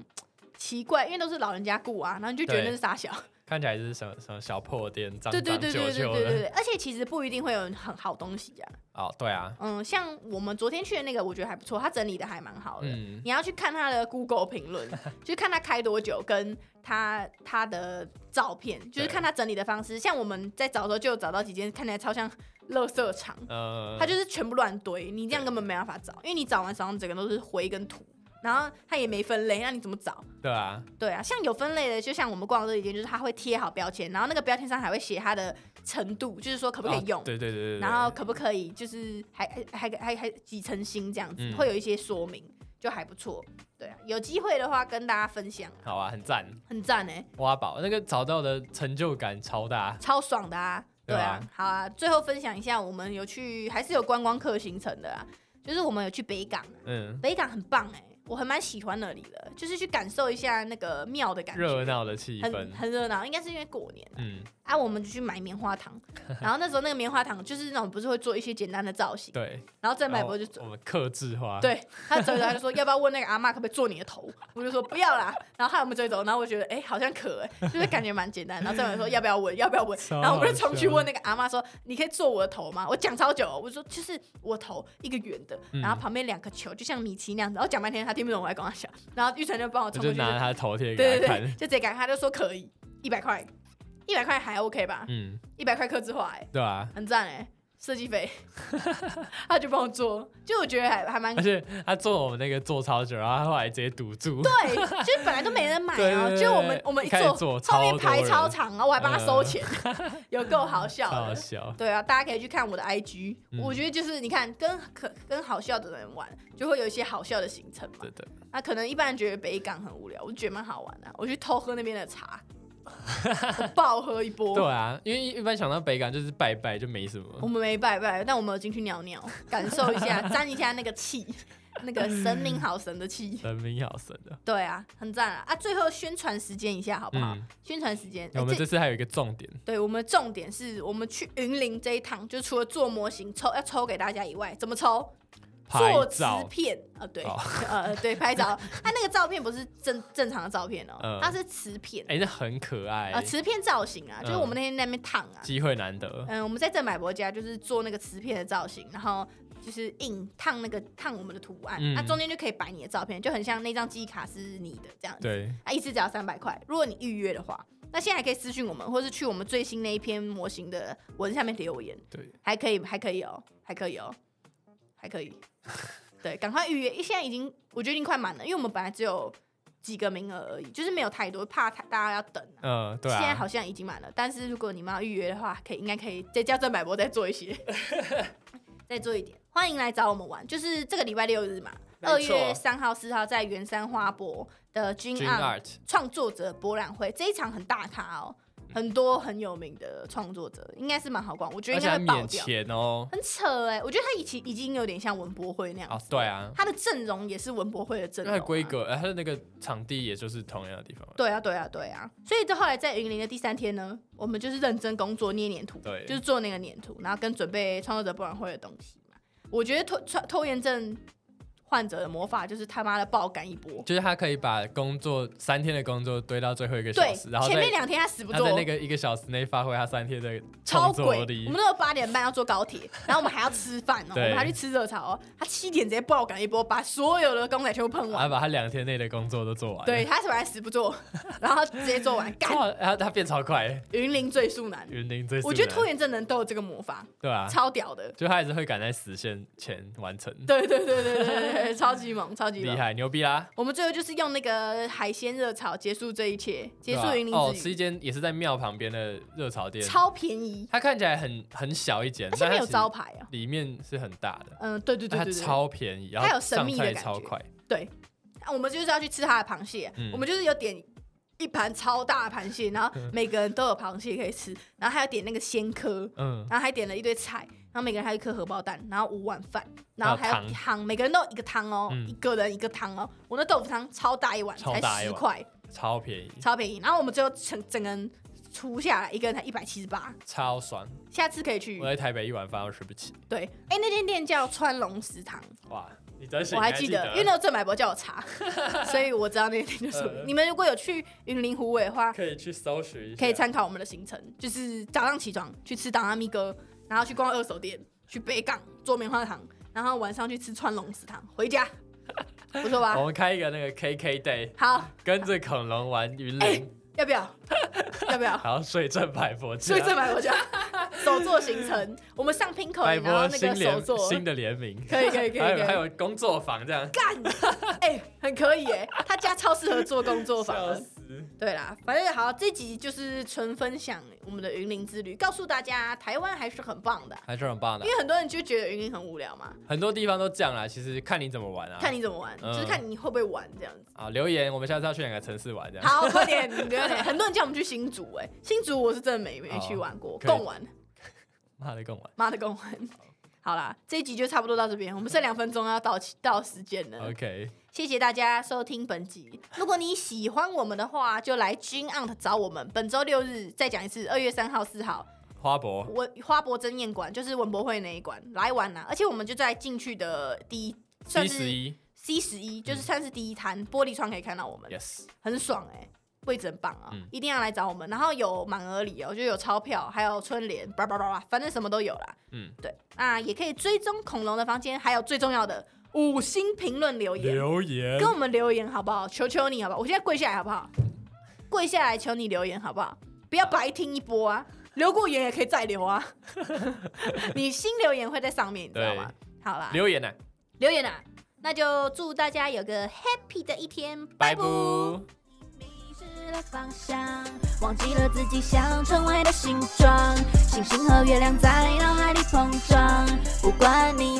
Speaker 1: 奇怪，因为都是老人家雇啊，然后你就觉得
Speaker 3: 对
Speaker 1: 那是傻小，
Speaker 3: 看起来是什么什么小破店，脏
Speaker 1: 对
Speaker 3: 脏
Speaker 1: 对对对对
Speaker 3: 旧
Speaker 1: 对
Speaker 3: 旧
Speaker 1: 对对，
Speaker 3: 的，
Speaker 1: 而且其实不一定会有很好东西啊。
Speaker 3: 哦，对啊，
Speaker 1: 嗯，像我们昨天去的那个，我觉得还不错，他整理的还蛮好的。
Speaker 3: 嗯
Speaker 1: 你要去看他的 Google 评论，就是看他开多久，跟他他的照片，就是
Speaker 3: 对
Speaker 1: 看他整理的方式。像我们在找的时候，就有找到几间看起来超像垃圾场，
Speaker 3: 呃，
Speaker 1: 他就是全部乱堆，你这样根本没办法找，因为你找完手上整个都是灰跟土，然后他也没分类，那你怎么找？
Speaker 3: 对啊，
Speaker 1: 对啊，像有分类的，就像我们逛的这一间，就是它会贴好标签，然后那个标签上还会写它的程度，就是说可不可以
Speaker 3: 哦
Speaker 1: 用，
Speaker 3: 对对对对，对
Speaker 1: 然后可不可以就是还还还还还几成新这样子，
Speaker 3: 嗯
Speaker 1: 会有一些说明，就还不错。对啊，有机会的话跟大家分享，
Speaker 3: 好啊，很赞，
Speaker 1: 很赞哎、
Speaker 3: 挖宝那个找到的成就感超大，
Speaker 1: 超爽的啊！对
Speaker 3: 对
Speaker 1: 啊
Speaker 3: 啊，
Speaker 1: 好啊，最后分享一下，我们有去还是有观光客行程的啊，就是我们有去北港啊，
Speaker 3: 嗯，
Speaker 1: 北港很棒哎、我还蛮喜欢那里的，就是去感受一下那个庙的感觉。
Speaker 3: 热闹的气氛
Speaker 1: 很，很热闹，应该是因为过年啊，
Speaker 3: 嗯，
Speaker 1: 啊我们就去买棉花 糖，然后那时候那个棉花糖就是那种不是会做一些简单的造型，
Speaker 3: 对，
Speaker 1: 然后郑柏
Speaker 3: 然后
Speaker 1: 博就
Speaker 3: 我们克制化，，
Speaker 1: 对他走一走，他就说要不要问那个阿嬷可不可以做你的头？我就说不要啦。然后他有没有追走？然后我觉得哎、好像可、欸，就是感觉蛮简单。然后郑伟说要不要问？要不要问？
Speaker 3: 超
Speaker 1: 然后我就冲去
Speaker 3: 好笑
Speaker 1: 问那个阿嬷说你可以做我的头吗？我讲超久哦，我说就是我头一个圆的，
Speaker 3: 嗯
Speaker 1: 然后旁边两个球，就像米奇那样子。然后讲半天他听不懂我在跟他讲，然后玉成就帮我
Speaker 3: 我
Speaker 1: 冲
Speaker 3: 就
Speaker 1: 过去，
Speaker 3: 拿他的头贴
Speaker 1: 对
Speaker 3: 给
Speaker 1: 对
Speaker 3: 他
Speaker 1: 对，
Speaker 3: 看，
Speaker 1: 就直接给他，他就说可以，一百块，一百块还 OK 吧？
Speaker 3: 嗯，
Speaker 1: 一百块刻字化哎、
Speaker 3: 对啊，
Speaker 1: 很赞哎、设计 费，他就帮我做，就我觉得还还蛮
Speaker 3: 而且他做我们那个做超久，然后他后来直接堵住，
Speaker 1: 对，就是本来都没人买
Speaker 3: 对
Speaker 1: 啊，
Speaker 3: 对对
Speaker 1: 就我们我们一
Speaker 3: 一开始
Speaker 1: 坐
Speaker 3: 做
Speaker 1: 后面
Speaker 3: 超多
Speaker 1: 排
Speaker 3: 人嗯
Speaker 1: 超长啊，我还帮他收钱，有够好笑
Speaker 3: 超好
Speaker 1: 的。
Speaker 3: 笑，
Speaker 1: 对啊，大家可以去看我的 IG，、
Speaker 3: 嗯
Speaker 1: 我觉得就是你看跟可跟好笑的人玩，就会有一些好笑的行程嘛
Speaker 3: 对。的，
Speaker 1: 那、可能一般人觉得北港很无聊，我就觉得蛮好玩的啊、我去偷喝那边的 茶，我爆喝一波。
Speaker 3: 对啊，因为一一般想到北港就是拜拜就没什
Speaker 1: 我
Speaker 3: 么，
Speaker 1: 们没拜拜，但我们有进去尿尿，感受一 下，沾一下那个气，那个神明好神的气。
Speaker 3: 神明好神的，
Speaker 1: 对啊，很赞啊！啊，最后宣传时间一下好不好？
Speaker 3: 嗯
Speaker 1: 宣传时间，
Speaker 3: 我
Speaker 1: 哎
Speaker 3: 们
Speaker 1: 这
Speaker 3: 这次还有一个重点，
Speaker 1: 对我们的重点是我们去云林这一趟，就除了做模型抽要抽给大家以外，怎么抽？
Speaker 3: 拍
Speaker 1: 做瓷
Speaker 3: 照，
Speaker 1: 片啊、呃对，
Speaker 3: 哦
Speaker 1: 呃，对，拍照。它、那个照片不是正正常的照片哦，
Speaker 3: 嗯
Speaker 1: 它是瓷片，
Speaker 3: 哎，那嗯很可爱
Speaker 1: 呃，，瓷片造型啊，就是我们那天在那边烫啊，
Speaker 3: 机会难得，
Speaker 1: 嗯，我们在郑百博家就是做那个瓷片的造型，然后就是印烫那个烫我们的图案，那、
Speaker 3: 嗯
Speaker 1: 中间就可以摆你的照片，就很像那张记忆卡是你的这样子。
Speaker 3: 对，
Speaker 1: 啊，一次只要三百块，如果你预约的话。那现在还可以私信我们，或是去我们最新那一篇模型的文下面留言，
Speaker 3: 对，
Speaker 1: 还可以，还可以哦，还可以哦，还 可以。对，赶快预约，因为现在已经我觉得已经快满了，因为我们本来只有几个名额而已，就是没有太多，怕太大家要等、啊。
Speaker 3: 嗯，对
Speaker 1: 现在
Speaker 3: 啊，
Speaker 1: 好像已经满了，但 是如果你们要预约的话，可以应该可以再加正百博再做一些，再做一点，欢迎来找我们玩，就是这个礼拜六日嘛，
Speaker 3: 没
Speaker 1: 二
Speaker 3: 错
Speaker 1: 月三号、四号在圆山花博的 Gin
Speaker 3: Gin
Speaker 1: On
Speaker 3: Art
Speaker 1: 创作者博览会，这一场很大咖哦，
Speaker 3: 嗯
Speaker 1: 很多很有名的创作者，应该是蛮好逛，我觉得
Speaker 3: 而
Speaker 1: 应
Speaker 3: 且
Speaker 1: 该
Speaker 3: 还
Speaker 1: 会爆
Speaker 3: 免
Speaker 1: 掉。
Speaker 3: 钱哦。
Speaker 1: 很扯哎、我觉得他已经已经有点像文博会那样
Speaker 3: 哦
Speaker 1: 子，
Speaker 3: 对啊，
Speaker 1: 他的阵容也是文博会的阵
Speaker 3: 那
Speaker 1: 容、
Speaker 3: 它
Speaker 1: 啊，
Speaker 3: 的规格，呃它的那个场地也就是同样的地方。
Speaker 1: 对啊，对啊，对啊。所以到后来在云林的第三天呢，我们就是认真工作捏黏土，
Speaker 3: 对
Speaker 1: 就是做那个黏土，然后跟准备创作者博览会的东西嘛。我觉得拖拖拖延症患者的魔法就是他妈的爆干一波，
Speaker 3: 就是他可以把工作三天的工作堆到最后一个小
Speaker 1: 对
Speaker 3: 时，然，后
Speaker 1: 前
Speaker 3: 再
Speaker 1: 面两天他死不
Speaker 3: 他
Speaker 1: 做
Speaker 3: 在。那个一个小时内发挥他三天的
Speaker 1: 超
Speaker 3: 创作
Speaker 1: 鬼！
Speaker 3: 力
Speaker 1: 我们，那时候八点半要坐高铁， 然后我们还要吃饭哦、我
Speaker 3: 对
Speaker 1: 们还去吃热炒哦、他七点直接爆感一波，把所有的公仔全部喷
Speaker 3: 他
Speaker 1: 完。
Speaker 3: 把他两天内的工作都啊做完了。
Speaker 1: 对，他本来死不做， 然后直接 做完。干，
Speaker 3: 哇，他他变超快，
Speaker 1: 云林最速男，
Speaker 3: 云林最速
Speaker 1: 我觉得
Speaker 3: 男
Speaker 1: 拖延症的人都有这个魔法，
Speaker 3: 对啊，
Speaker 1: 超屌的。
Speaker 3: 就他也是会赶在时限前完成，
Speaker 1: 对对对对对 对，啊超级猛，超级
Speaker 3: 厉
Speaker 1: 猛！
Speaker 3: 害牛逼啦！
Speaker 1: 我们最后就是用那个海鲜热炒结束这一切，结束
Speaker 3: 对吧
Speaker 1: 云林
Speaker 3: 哦，
Speaker 1: 之
Speaker 3: 是一
Speaker 1: 旅，
Speaker 3: 间也是在庙旁边的热炒店，
Speaker 1: 超便宜，
Speaker 3: 它看起来很很小一间，
Speaker 1: 而且
Speaker 3: 但
Speaker 1: 没
Speaker 3: 它
Speaker 1: 有
Speaker 3: 其实
Speaker 1: 招牌啊。
Speaker 3: 里面是很大的，
Speaker 1: 嗯，对对对
Speaker 3: 它
Speaker 1: 对对，
Speaker 3: 超便宜，然
Speaker 1: 它
Speaker 3: 后
Speaker 1: 有神
Speaker 3: 上
Speaker 1: 秘的
Speaker 3: 菜
Speaker 1: 感
Speaker 3: 超
Speaker 1: 觉
Speaker 3: 快，
Speaker 1: 对。啊我们就是要去吃它的螃蟹，
Speaker 3: 嗯
Speaker 1: 我们就是有点一盘超大的螃蟹，然后每个人都有螃蟹可以吃，然后还有点那个鲜科，
Speaker 3: 嗯，
Speaker 1: 然后还点了一堆菜，然后每个人还有一颗荷包蛋，然后五碗饭，然后还
Speaker 3: 还
Speaker 1: 有
Speaker 3: 有
Speaker 1: 汤，每个人都有一个汤哦，
Speaker 3: 嗯
Speaker 1: 一个人一个汤哦。我那豆腐汤超大一碗，
Speaker 3: 超
Speaker 1: 才
Speaker 3: 大一
Speaker 1: 十
Speaker 3: 碗
Speaker 1: 块，
Speaker 3: 超便宜，
Speaker 1: 超便宜。然后我们最后整整个人除下来，一个人才一百七十八。
Speaker 3: 超爽。
Speaker 1: 下次可以去
Speaker 3: 我在台北一碗饭都吃不起，
Speaker 1: 对，哎、那间店叫川龙食堂，
Speaker 3: 哇！你真行，
Speaker 1: 我
Speaker 3: 还
Speaker 1: 还记
Speaker 3: 得
Speaker 1: 得，，因为那时候郑买博叫我 查，所以我知道那间店就是什么。
Speaker 3: 呃
Speaker 1: 你们如果有去云林湖尾的话，
Speaker 3: 可以去搜寻一下，
Speaker 1: 可以参考我们的行程，就是早上起床去吃达拉咪哥，然后去逛二手店，去北港做棉花糖，然后晚上去吃川龙食堂，回家，不错吧
Speaker 3: 我？们开一个那个 KK Day，
Speaker 1: 好，
Speaker 3: 跟着恐龙玩云
Speaker 1: 哎
Speaker 3: 林，
Speaker 1: 要不要？要不 要？
Speaker 3: 然后睡正百佛家，
Speaker 1: 所以这买我 家手作行程，我们上 Pinko，
Speaker 3: 百
Speaker 1: 然后
Speaker 3: 佛
Speaker 1: 那
Speaker 3: 新
Speaker 1: 个手
Speaker 3: 联
Speaker 1: 作，
Speaker 3: 新的联名，
Speaker 1: 可以可以可以
Speaker 3: 还
Speaker 1: 可以，
Speaker 3: 有还有工作坊这样，
Speaker 1: 干，哎、很可以哎、他家超适合做工作坊啊
Speaker 3: 笑
Speaker 1: 的。
Speaker 3: 死！
Speaker 1: 对啦，反正好，这集就是纯分享我们的云林之旅，告诉大家台湾还是很棒的啊、
Speaker 3: 还是很棒的
Speaker 1: 因，为很多人就觉得云林很无聊嘛，
Speaker 3: 很多地方都这样啦。其实看你怎么玩啊，
Speaker 1: 看你怎么玩，
Speaker 3: 嗯
Speaker 1: 就是看你会不会玩这样 子。
Speaker 3: 啊留言，我们下次要去哪个城市玩这样。
Speaker 1: 好，快点，快点！很多人叫我们去新竹、哎，新竹我是真的没没
Speaker 3: 哦
Speaker 1: 去玩过，
Speaker 3: 可以
Speaker 1: 共玩，
Speaker 3: 妈的，跟我
Speaker 1: 妈的共玩。好啦，这一集就差不多到这边，我们剩两分钟要到到时间了。
Speaker 3: 玩，OK，
Speaker 1: 谢谢大家收听本集。如果你喜欢我们的话，就来 Gin Aunt 找我们。本周六日再讲一次，二月三号、四号，
Speaker 3: 花博
Speaker 1: 文花博争艳馆就是文博会那一馆来玩啦、而且我们就在进去的第一，算
Speaker 3: 七十
Speaker 1: 是
Speaker 3: 一
Speaker 1: C 十一，就是算是第一摊、玻璃窗可以看到我们，
Speaker 3: ，Yes，
Speaker 1: 很爽哎、位置很棒啊、
Speaker 3: 嗯
Speaker 1: 一定要来找我们。然后有满额礼哦，就有钞票，还有春联，叭叭叭叭，反正什么都有啦。
Speaker 3: 嗯，
Speaker 1: 对，那也可以追踪恐龙的房间，还有最重要的五星评论留言。
Speaker 3: 留 言
Speaker 1: 跟我们留言好不好？求求你好不好？我现在跪下来好不好？跪下来求你留言好不好？不要白听一波啊！留过言也可以再留啊！ 你新留言会在上面，你知道吗？好啦，留
Speaker 3: 留言呢，
Speaker 1: 留言啊！那就祝大家有个 happy 的一天，
Speaker 3: 拜
Speaker 1: 拜拜。
Speaker 3: 拜。
Speaker 2: 迷失了方向，忘记了自己想成为的形状。星星和月亮在脑海里碰撞，不管你